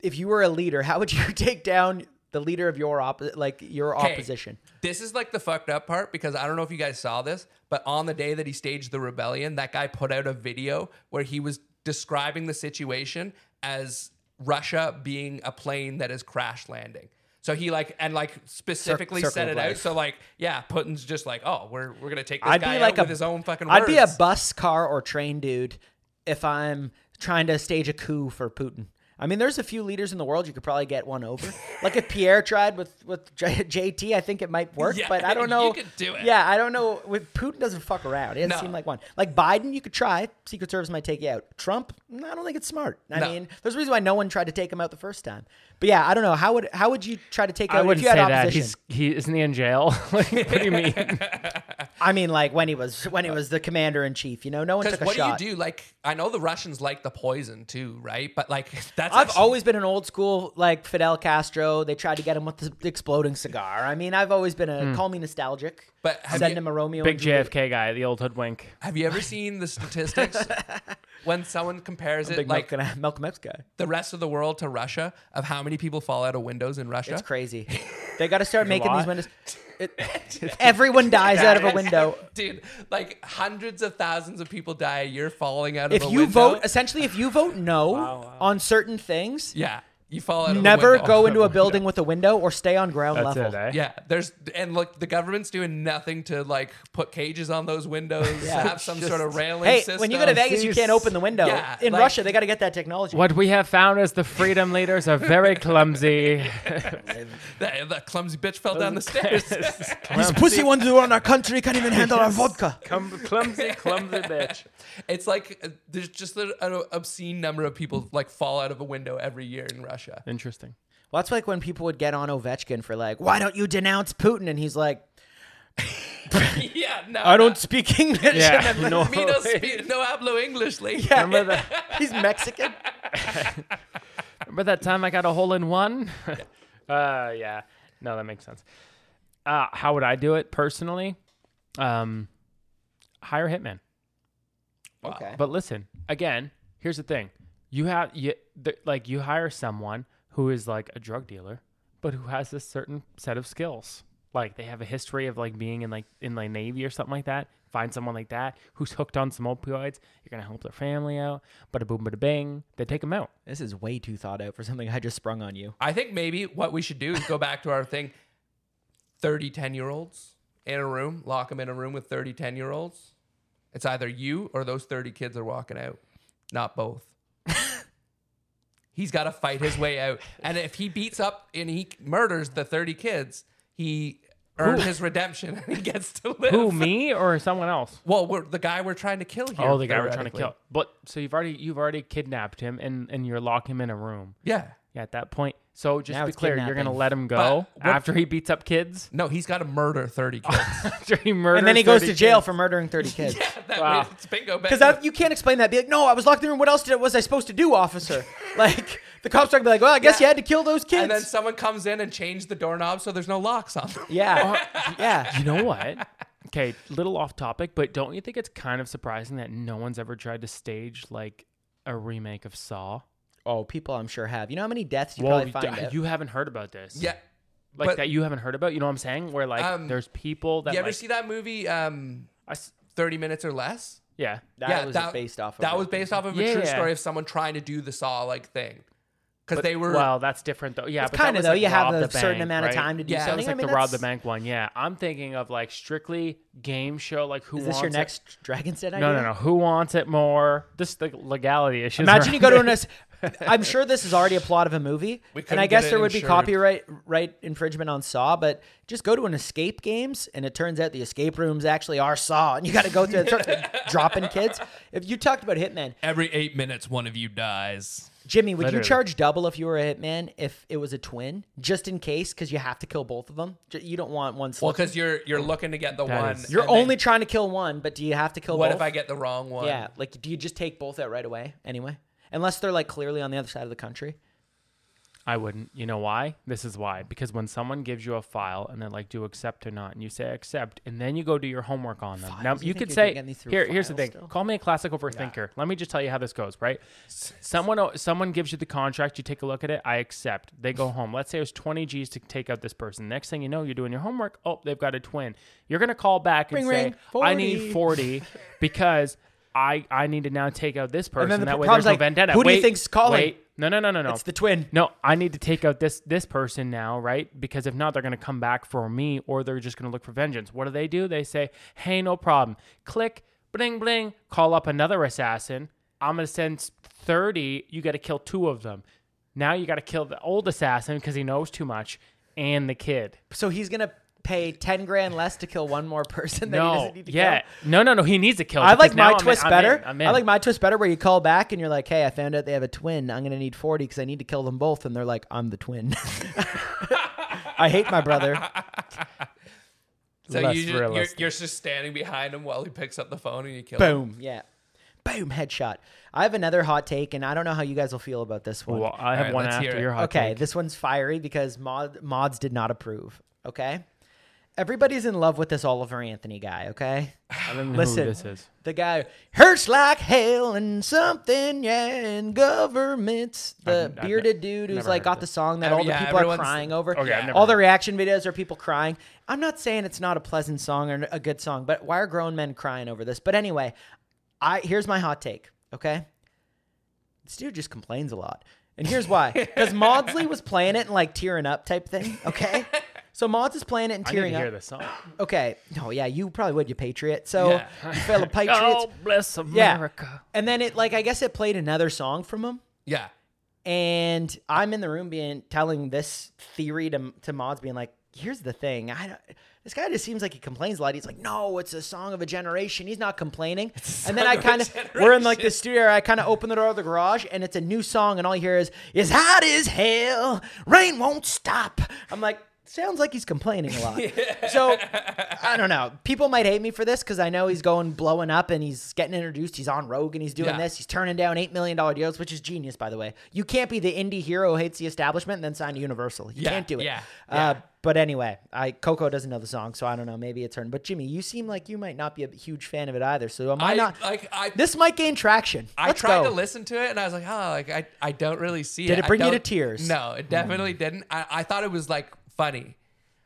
Speaker 1: if you were a leader, how would you take down the leader of your op- like your
Speaker 3: Okay,
Speaker 1: opposition?
Speaker 3: This is like the fucked up part because I don't know if you guys saw this, but on the day that he staged the rebellion, that guy put out a video where he was describing the situation as Russia being a plane that is crash landing. So he like and like specifically
Speaker 1: circle
Speaker 3: set
Speaker 1: of
Speaker 3: it out.
Speaker 1: life.
Speaker 3: So like, yeah, Putin's just like, oh, we're we're gonna take this
Speaker 1: I'd
Speaker 3: guy
Speaker 1: be like
Speaker 3: out
Speaker 1: a
Speaker 3: with his own fucking.
Speaker 1: I'd be a
Speaker 3: words."
Speaker 1: bus, car, or train dude if I'm trying to stage a coup for Putin. I mean, there's a few leaders in the world you could probably get one over. like if Pierre tried with with J- JT, I think it might work.
Speaker 3: Yeah,
Speaker 1: but I
Speaker 3: you
Speaker 1: don't know.
Speaker 3: could do it.
Speaker 1: Yeah, I don't know. With Putin doesn't fuck around. He doesn't
Speaker 3: No.
Speaker 1: seem like one. Like Biden, you could try. Secret Service might take you out. Trump, mm, I don't think it's smart. I
Speaker 3: No.
Speaker 1: mean, there's a reason why no one tried to take him out the first time. But yeah, I don't know. How would how would you try to take
Speaker 2: I
Speaker 1: out?
Speaker 2: wouldn't
Speaker 1: if you
Speaker 2: say
Speaker 1: had
Speaker 2: that.
Speaker 1: opposition?
Speaker 2: He's he isn't he in jail? like, what do you mean?
Speaker 1: I mean, like when he was when he was the commander in chief. You know, no one took
Speaker 3: Because
Speaker 1: a
Speaker 3: what
Speaker 1: shot.
Speaker 3: do you do? Like, I know the Russians like the poison too, right? But like, that's
Speaker 1: I've
Speaker 3: actually-
Speaker 1: always been an old school like Fidel Castro. They tried to get him with the exploding cigar. I mean, I've always been a call me nostalgic.
Speaker 3: Hmm. But have
Speaker 1: send
Speaker 3: you-
Speaker 1: him a Romeo.
Speaker 2: Big
Speaker 1: and Juliet.
Speaker 2: JFK guy, the old hoodwink.
Speaker 3: Have you ever seen the statistics when someone compares it
Speaker 1: Big
Speaker 3: like
Speaker 1: Malcolm, Malcolm X guy.
Speaker 3: the rest of the world to Russia of how many people fall out of windows in Russia?
Speaker 1: It's crazy. They got to start making these
Speaker 2: lot.
Speaker 1: windows. It, everyone dies out of a window.
Speaker 3: Dude, like hundreds of thousands of people die a year falling out
Speaker 1: If
Speaker 3: of a
Speaker 1: you
Speaker 3: window.
Speaker 1: vote, essentially, if you vote no on certain things,
Speaker 3: yeah, you fall out of a
Speaker 1: never
Speaker 3: window.
Speaker 1: go into a building with a window or stay on ground
Speaker 2: That's
Speaker 1: level.
Speaker 2: it, eh?
Speaker 3: Yeah, there's and look, the government's doing nothing to like put cages on those windows, have some sort of railing
Speaker 1: Hey,
Speaker 3: system.
Speaker 1: when you go to Vegas, you
Speaker 2: Jeez.
Speaker 1: can't open the window.
Speaker 3: Yeah,
Speaker 1: In
Speaker 3: like-
Speaker 1: Russia, they got to get that technology.
Speaker 2: What we have found is the freedom leaders are very clumsy.
Speaker 3: the, the clumsy bitch fell down the stairs.
Speaker 1: These pussy ones who run our country can't even handle our vodka.
Speaker 2: Clum- clumsy, clumsy bitch.
Speaker 3: it's like uh, there's just a- an obscene number of people like fall out of a window every year in Russia.
Speaker 2: Interesting.
Speaker 1: Well, that's like when people would get on Ovechkin for like, why don't you denounce Putin? And he's like, "Uh,
Speaker 3: yeah, no,
Speaker 1: I don't speak English.
Speaker 2: Yeah,
Speaker 1: And I'm
Speaker 2: no.
Speaker 1: like,
Speaker 3: Me no, spe- no hablo English, like.
Speaker 1: yeah,
Speaker 2: Remember that?
Speaker 1: he's Mexican.
Speaker 2: Remember that time I got a hole in one? uh, yeah. No, that makes sense. Uh, how would I do it personally? Um, hire a hitman.
Speaker 1: Okay.
Speaker 2: But listen, again, here's the thing: you have you th- like you hire someone who is like a drug dealer, but who has a certain set of skills. Like they have a history of like being in like in like navy or something like that. Find someone like that who's hooked on some opioids. You're gonna help their family out. Bada boom, bada bing. They take them out.
Speaker 1: This is way too thought out for something I just sprung on you.
Speaker 3: I think maybe what we should do is go back to our thing 30 10 year olds in a room, lock them in a room with 30 10 year olds. It's either you or those 30 kids are walking out, not both. He's got to fight his way out. And if he beats up and he murders the 30 kids, he earned his redemption and he gets to live.
Speaker 2: Who me or someone else?
Speaker 3: Well, we're, the guy we're trying to kill here.
Speaker 2: Oh, the guy we're trying to kill.
Speaker 3: theoretically.
Speaker 2: But so you've already you've already kidnapped him and and you're locking him in a room.
Speaker 3: Yeah.
Speaker 2: Yeah, at that point. So just
Speaker 1: Now
Speaker 2: to be
Speaker 1: it's
Speaker 2: clear, you're gonna
Speaker 1: kidnapping.
Speaker 2: let him go
Speaker 3: But what-
Speaker 2: after he beats up kids.
Speaker 3: No, he's got to murder 30 kids.
Speaker 2: after he murders
Speaker 1: And then he goes
Speaker 2: 30
Speaker 1: to jail
Speaker 2: kids.
Speaker 1: for murdering 30 kids.
Speaker 3: that
Speaker 2: Wow.
Speaker 3: way, it's bingo.
Speaker 1: Because
Speaker 3: bango.
Speaker 1: you can't explain that. Be like, no, I was locked in the room. What else did, was I supposed to do, officer? like, the cops are going to be like, well, I guess
Speaker 3: Yeah.
Speaker 1: you had to kill those kids.
Speaker 3: and then someone comes in and changed the doorknob so there's no locks on them.
Speaker 1: yeah. Oh, yeah.
Speaker 2: You know what? Okay, little off topic, but don't you think it's kind of surprising that no one's ever tried to stage like a remake of Saw?
Speaker 1: Oh, people I'm sure have. You know how many deaths you
Speaker 2: Well,
Speaker 1: probably find
Speaker 2: d-
Speaker 1: out?
Speaker 2: you haven't heard about this.
Speaker 3: Yeah.
Speaker 2: like
Speaker 3: but-
Speaker 2: that you haven't heard about. You know what I'm saying? Where like
Speaker 3: Um,
Speaker 2: there's people that
Speaker 3: You ever
Speaker 2: like,
Speaker 3: see that movie, um,
Speaker 2: I s-
Speaker 3: 30 Minutes or Less?
Speaker 2: yeah.
Speaker 1: that
Speaker 3: yeah,
Speaker 1: was based off of
Speaker 3: That
Speaker 1: it.
Speaker 3: was based off of a
Speaker 2: Yeah,
Speaker 3: true
Speaker 2: yeah.
Speaker 3: story of someone trying to do the saw like thing. Because they were.
Speaker 2: well, that's different though. Yeah,
Speaker 1: It's
Speaker 2: but that
Speaker 1: kind of
Speaker 2: was,
Speaker 1: though.
Speaker 2: like,
Speaker 1: you have
Speaker 2: rob
Speaker 1: a
Speaker 2: the
Speaker 1: certain
Speaker 2: bank,
Speaker 1: amount of
Speaker 2: right?
Speaker 1: time to do
Speaker 3: Yeah, it
Speaker 1: something.
Speaker 3: was
Speaker 1: I
Speaker 2: Like
Speaker 1: mean,
Speaker 2: the rob the
Speaker 1: that's-
Speaker 2: bank one, yeah. I'm thinking of like strictly game show, like who
Speaker 1: Is
Speaker 2: wants
Speaker 1: this your
Speaker 2: it-
Speaker 1: next Dragon's Den idea?
Speaker 2: No, no, no. Who wants it more? This the legality issues.
Speaker 1: Imagine you go
Speaker 2: around
Speaker 1: to
Speaker 2: it.
Speaker 1: an. ass- I'm sure this is already a plot of a movie,
Speaker 3: We
Speaker 1: and I
Speaker 3: couldn't get
Speaker 1: guess
Speaker 3: it
Speaker 1: there would be
Speaker 3: insured.
Speaker 1: copyright right infringement on Saw. But just go to an escape games, and it turns out the escape rooms actually are Saw, and you got to go through and start dropping kids. If you talked about Hitman,
Speaker 3: every eight minutes, one of you dies.
Speaker 1: Jimmy, would
Speaker 2: Literally.
Speaker 1: you charge double if you were a Hitman if it was a twin, just in case, because you have to kill both of them. J- You don't want one.
Speaker 3: Well,
Speaker 1: Slip.
Speaker 3: because you're you're looking to get the
Speaker 2: That
Speaker 3: one.
Speaker 2: is-
Speaker 1: You're
Speaker 3: and then
Speaker 1: only trying to kill one, but do you have to kill?
Speaker 3: What
Speaker 1: both?
Speaker 3: if I get the wrong one?
Speaker 1: Yeah, like do you just take both out right away anyway? Unless they're like clearly on the other side of the country.
Speaker 2: I wouldn't. You know why? This is why. Because when someone gives you a file and they're like, "Do you accept or not?" and you say accept, and then you go do your homework on them. Now
Speaker 1: Files?
Speaker 2: you,
Speaker 1: You
Speaker 2: could
Speaker 1: think
Speaker 2: say,
Speaker 1: you're getting these through
Speaker 2: "Here, here's the
Speaker 1: files
Speaker 2: thing.
Speaker 1: still?
Speaker 2: Call me a classic overthinker. Let me just tell you how this goes. Right? Someone someone gives you the contract. You take a look at it. I accept. They go home. Let's say it was 20 G's to take out this person. Next thing you know, you're doing your homework. Oh, they've got a twin. You're gonna call back
Speaker 1: Ring,
Speaker 2: and say,
Speaker 1: ring.
Speaker 2: "I
Speaker 1: 40."
Speaker 2: need 40 because." I, I need to now take out this person.
Speaker 1: the
Speaker 2: that way,
Speaker 1: problem's
Speaker 2: there's no
Speaker 1: like,
Speaker 2: vendetta.
Speaker 1: who do you
Speaker 2: Wait,
Speaker 1: think's calling?
Speaker 2: Wait. No, no, no, no, no.
Speaker 1: It's the twin.
Speaker 2: No, I need to take out this this person now, right? Because if not, they're gonna come back for me, or they're just gonna look for vengeance. What do they do? They say, "Hey, no problem." Click, bling, bling. Call up another assassin. I'm gonna send 30. You got to kill two of them. Now you got to kill the old assassin because he knows too much, and the kid.
Speaker 1: So he's gonna pay ten grand less to kill one more person that he
Speaker 2: No,
Speaker 1: doesn't need to
Speaker 2: yeah,
Speaker 1: kill.
Speaker 2: no, no, no. He needs to kill.
Speaker 1: I
Speaker 2: because
Speaker 1: like
Speaker 2: now
Speaker 1: my
Speaker 2: I'm in-
Speaker 1: twist
Speaker 2: I'm in,
Speaker 1: better.
Speaker 2: I'm in.
Speaker 1: I like my twist better where you call back and you're like, "Hey, I found out they have a twin. I'm gonna need forty because I need to kill them both." And they're like, "I'm the twin. I hate my brother."
Speaker 3: So
Speaker 2: Less
Speaker 3: you ju- you're,
Speaker 2: realistic.
Speaker 3: you're just standing behind him while he picks up the phone and you kill him.
Speaker 1: Boom. Yeah. Boom. Headshot. I have another hot take, and I don't know how you guys will feel about this one.
Speaker 2: Well, I
Speaker 3: All
Speaker 2: have
Speaker 3: right,
Speaker 2: one
Speaker 3: let's hear
Speaker 2: after
Speaker 3: it.
Speaker 2: your hot
Speaker 1: okay,
Speaker 2: take.
Speaker 1: this one's fiery because mod, mods did not approve. Okay, everybody's in love with this Oliver Anthony guy. Okay,
Speaker 2: I don't know
Speaker 1: listen.
Speaker 2: who this is.
Speaker 1: the guy hurts like hell and something, yeah, and governments. The
Speaker 2: I've- I've
Speaker 1: bearded
Speaker 2: ne-
Speaker 1: dude who's
Speaker 2: never
Speaker 1: like
Speaker 2: heard
Speaker 1: got
Speaker 2: of
Speaker 1: the
Speaker 2: this.
Speaker 1: song that
Speaker 3: Every-
Speaker 1: all the
Speaker 3: yeah,
Speaker 1: people are
Speaker 3: everyone's-
Speaker 1: crying over.
Speaker 2: Okay, I've never
Speaker 1: all
Speaker 2: heard
Speaker 1: the
Speaker 2: of
Speaker 1: reaction videos are people crying. I'm not saying it's not a pleasant song or a good song, but why are grown men crying over this? But anyway, I here's my hot take. Okay, this dude just complains a lot. And here's why. Because Maudsley was playing it and like tearing up type thing. Okay. So Mods is playing it and
Speaker 2: I need to
Speaker 1: tearing
Speaker 2: hear
Speaker 1: up.
Speaker 2: this song.
Speaker 1: Okay. Oh yeah, you probably would, you patriot. So
Speaker 3: Yeah.
Speaker 1: you fellow patriots.
Speaker 2: Oh, bless
Speaker 1: yeah.
Speaker 2: America.
Speaker 1: And then it like I guess it played another song from him.
Speaker 3: Yeah.
Speaker 1: And I'm in the room being telling this theory to to Mods being like, here's the thing. I don't this guy just seems like he complains a lot. He's like, no, it's a song of a generation. He's not complaining. And then I
Speaker 3: song of a
Speaker 1: kind of, we're in like
Speaker 3: generation.
Speaker 1: the studio. I kind of open the door of the garage, and it's a new song, and all you hear is, "It's hot as hell, rain won't stop." I'm like, sounds like he's complaining a lot. So I don't know. People might hate me for this because I know he's going blowing up and he's getting introduced. He's on Rogue and he's doing
Speaker 3: Yeah.
Speaker 1: this. He's turning down eight million dollar deals, which is genius, by the way. You can't be the indie hero who hates the establishment and then sign to Universal. You
Speaker 3: Yeah,
Speaker 1: can't do it.
Speaker 3: yeah,
Speaker 1: Uh,
Speaker 3: yeah.
Speaker 1: but anyway, I Coco doesn't know the song, so I don't know. Maybe it's her. But Jimmy, you seem like you might not be a huge fan of it either. So am I,
Speaker 3: I
Speaker 1: not?
Speaker 3: like I
Speaker 1: this might gain traction.
Speaker 3: I
Speaker 1: Let's
Speaker 3: tried
Speaker 1: go.
Speaker 3: to listen to it and I was like, oh, like I, I don't really see it.
Speaker 1: Did it
Speaker 3: I
Speaker 1: bring you to
Speaker 3: don't-
Speaker 1: tears?
Speaker 3: No, it definitely didn't. I, I thought it was like funny.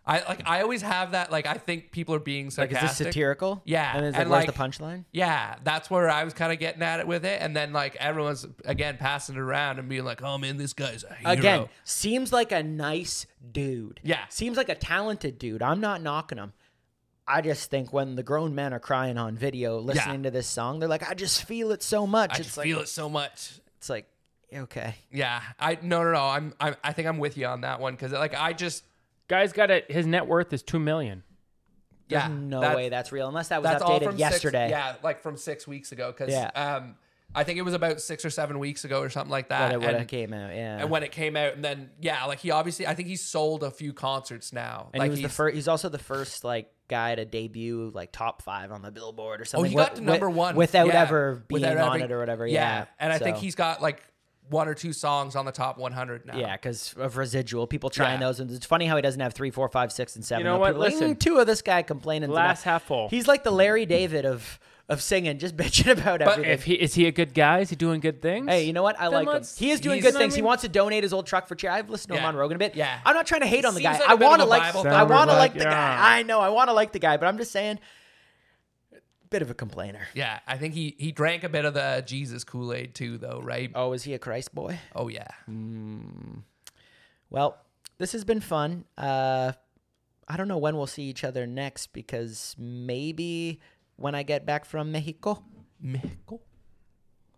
Speaker 3: I like I always have that like I think people are being
Speaker 1: Like, is
Speaker 3: sarcastic.
Speaker 1: this satirical?
Speaker 3: Yeah,
Speaker 1: And is
Speaker 3: and,
Speaker 1: like, where's
Speaker 3: like-
Speaker 1: the punchline?
Speaker 3: Yeah, that's where I was kind of getting at it with it, and then like everyone's again passing it around and being like, "Oh man, this guy's a hero."
Speaker 1: Again, seems like a nice dude.
Speaker 3: Yeah.
Speaker 1: Seems like a talented dude. I'm not knocking him. I just think when the grown men are crying on video listening to this song, they're like, I just feel it so much.
Speaker 3: I
Speaker 1: it's
Speaker 3: just
Speaker 1: like
Speaker 3: feel it so much.
Speaker 1: it's like okay.
Speaker 3: Yeah, I no no no. I'm, I'm I think I'm with you on that one because like I just
Speaker 2: Guy's got it. His net worth is two million.
Speaker 3: yeah
Speaker 1: no
Speaker 3: that-
Speaker 1: way that's real unless that was
Speaker 3: That's all
Speaker 1: updated
Speaker 3: from
Speaker 1: yesterday.
Speaker 3: Six, yeah, like from six weeks ago because
Speaker 1: Yeah.
Speaker 3: um, I think it was about six or seven weeks ago or something like that.
Speaker 1: When it, when
Speaker 3: and,
Speaker 1: it came out, yeah.
Speaker 3: and when it came out, and then yeah, like he obviously I think he's sold a few concerts now.
Speaker 1: And
Speaker 3: like
Speaker 1: he was the
Speaker 3: he's-
Speaker 1: first. He's also the first like guy to debut like top five on the Billboard or
Speaker 3: Oh,
Speaker 1: something.
Speaker 3: he
Speaker 1: wi-
Speaker 3: got to number
Speaker 1: wi-
Speaker 3: one
Speaker 1: without
Speaker 3: yeah,
Speaker 1: ever being
Speaker 3: without
Speaker 1: on
Speaker 3: ever-
Speaker 1: it or whatever. Yeah,
Speaker 3: and I think
Speaker 1: so-
Speaker 3: he's got like one or two songs on the top 100 now.
Speaker 1: Yeah, because of residual, people trying
Speaker 3: Yeah.
Speaker 1: those, and it's funny how he doesn't have three, four, five, six, and seven.
Speaker 2: know
Speaker 1: though.
Speaker 2: what?
Speaker 1: People are like,
Speaker 2: Listen.
Speaker 1: "Mm, two of this guy complaining. is
Speaker 2: Glass
Speaker 1: enough."
Speaker 2: half full.
Speaker 1: He's like the Larry David of of singing, just bitching about everything.
Speaker 2: If he is he a good guy? Is he doing good things?
Speaker 1: Hey, you know what? I
Speaker 2: Then
Speaker 1: like him.
Speaker 2: let's-
Speaker 1: He is doing
Speaker 3: he's-
Speaker 1: good
Speaker 2: you know what I
Speaker 1: things. He
Speaker 2: mean?
Speaker 1: wants to donate his old truck for charity. I've listened to him
Speaker 3: Yeah.
Speaker 1: on Rogan a bit.
Speaker 3: Yeah.
Speaker 1: I'm not trying to hate on the
Speaker 3: Seems
Speaker 1: guy.
Speaker 3: like a
Speaker 1: I
Speaker 3: bit of
Speaker 1: want to
Speaker 3: a
Speaker 1: like.
Speaker 3: Bible
Speaker 1: I want to
Speaker 2: thumper,
Speaker 1: like
Speaker 2: like,
Speaker 1: the guy.
Speaker 2: yeah.
Speaker 1: I know. I want to like the guy, but I'm just saying, bit of a complainer.
Speaker 3: Yeah, I think he he drank a bit of the Jesus Kool Aid too, though, right? Oh,
Speaker 1: Oh, is he a Christ boy?
Speaker 3: yeah,
Speaker 1: Well, this has been fun. Uh, I don't know when we'll see each other next because maybe when I get back from Mexico,
Speaker 3: Mexico.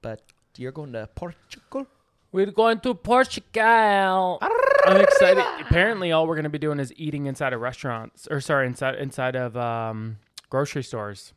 Speaker 1: but you're going to Portugal.
Speaker 2: We're going to Portugal. I'm excited. Apparently, all we're going to be doing is eating inside of restaurants, or sorry, inside inside of um, grocery stores.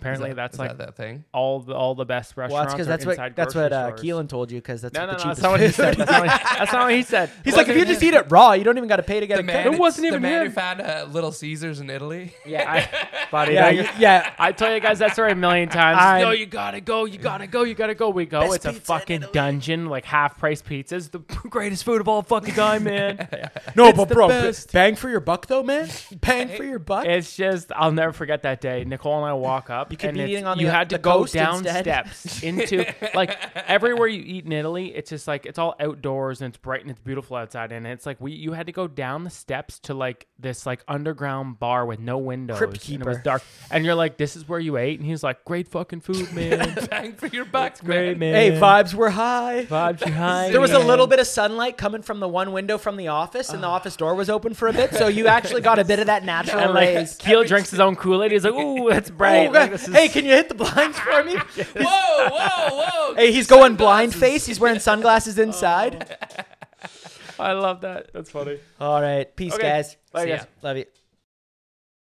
Speaker 2: Apparently, that's
Speaker 3: Is
Speaker 2: like
Speaker 3: that that thing.
Speaker 2: all the all the best
Speaker 1: Well, that's
Speaker 2: restaurants.
Speaker 1: because
Speaker 2: are
Speaker 1: that's what
Speaker 2: inside
Speaker 1: that's
Speaker 2: grocery
Speaker 1: what uh,
Speaker 2: stores.
Speaker 1: Keelan told you because that's
Speaker 2: No, no,
Speaker 1: what the
Speaker 2: no. That's
Speaker 1: cheapest
Speaker 2: not what he
Speaker 1: food
Speaker 2: said.
Speaker 1: is.
Speaker 2: That's not what he, that's not what he said.
Speaker 1: He's like, if you just eat it raw, you don't even got to pay to get
Speaker 3: The
Speaker 1: a
Speaker 3: man,
Speaker 1: cut."
Speaker 2: It wasn't
Speaker 3: the
Speaker 2: even
Speaker 3: man
Speaker 2: him.
Speaker 3: who found uh, Little Caesars in Italy.
Speaker 2: Yeah, I, buddy,
Speaker 1: Yeah,
Speaker 2: yeah,
Speaker 1: you- yeah.
Speaker 2: I tell you guys that story a million times.
Speaker 1: I'm-
Speaker 2: no, you gotta go, you gotta go, you gotta go. We go.
Speaker 1: Best
Speaker 2: it's a
Speaker 1: pizza in
Speaker 2: fucking
Speaker 1: Italy.
Speaker 2: dungeon, like half price pizzas, the greatest food of all fucking time, man.
Speaker 1: No,
Speaker 2: It's
Speaker 1: but
Speaker 2: the
Speaker 1: bro,
Speaker 2: best.
Speaker 1: bang for your buck though, man. Bang for your buck.
Speaker 2: It's just I'll never forget that day. Nicole and I walk up.
Speaker 1: You could
Speaker 2: and
Speaker 1: be
Speaker 2: it's-
Speaker 1: eating on
Speaker 2: You
Speaker 1: the-
Speaker 2: had to
Speaker 1: the
Speaker 2: go
Speaker 1: coast
Speaker 2: down
Speaker 1: instead.
Speaker 2: steps into like everywhere you eat in Italy. It's just like it's all outdoors and it's bright and it's beautiful outside. And it's like we you had to go down the steps to like this like underground bar with no windows.
Speaker 1: Crypt
Speaker 2: And it was
Speaker 1: keeper.
Speaker 2: dark. And you're like, this is where you ate. And he's like, great fucking food, man.
Speaker 3: Bang for your buck,
Speaker 2: great
Speaker 3: man.
Speaker 2: man.
Speaker 1: Hey, vibes were high.
Speaker 2: Vibes are high.
Speaker 1: There was a
Speaker 2: man.
Speaker 1: little bit of sunlight coming from the one window from the office, and the office door was open for a bit, so you actually got a bit of that natural
Speaker 2: Uh-huh. And like
Speaker 1: rays.
Speaker 2: Keel drinks his own Kool Aid. He's like, ooh, that's bright.
Speaker 1: Oh,
Speaker 2: Like,
Speaker 1: God.
Speaker 2: This is-
Speaker 1: Hey, can you hit the blinds for me?
Speaker 3: Whoa, whoa, whoa.
Speaker 1: Hey, he's going blind face. He's wearing
Speaker 2: Oh.
Speaker 1: sunglasses inside.
Speaker 2: I love that. That's funny.
Speaker 1: All right. Peace,
Speaker 2: Okay.
Speaker 1: guys.
Speaker 2: Bye,
Speaker 1: See ya.
Speaker 2: guys.
Speaker 1: Love you.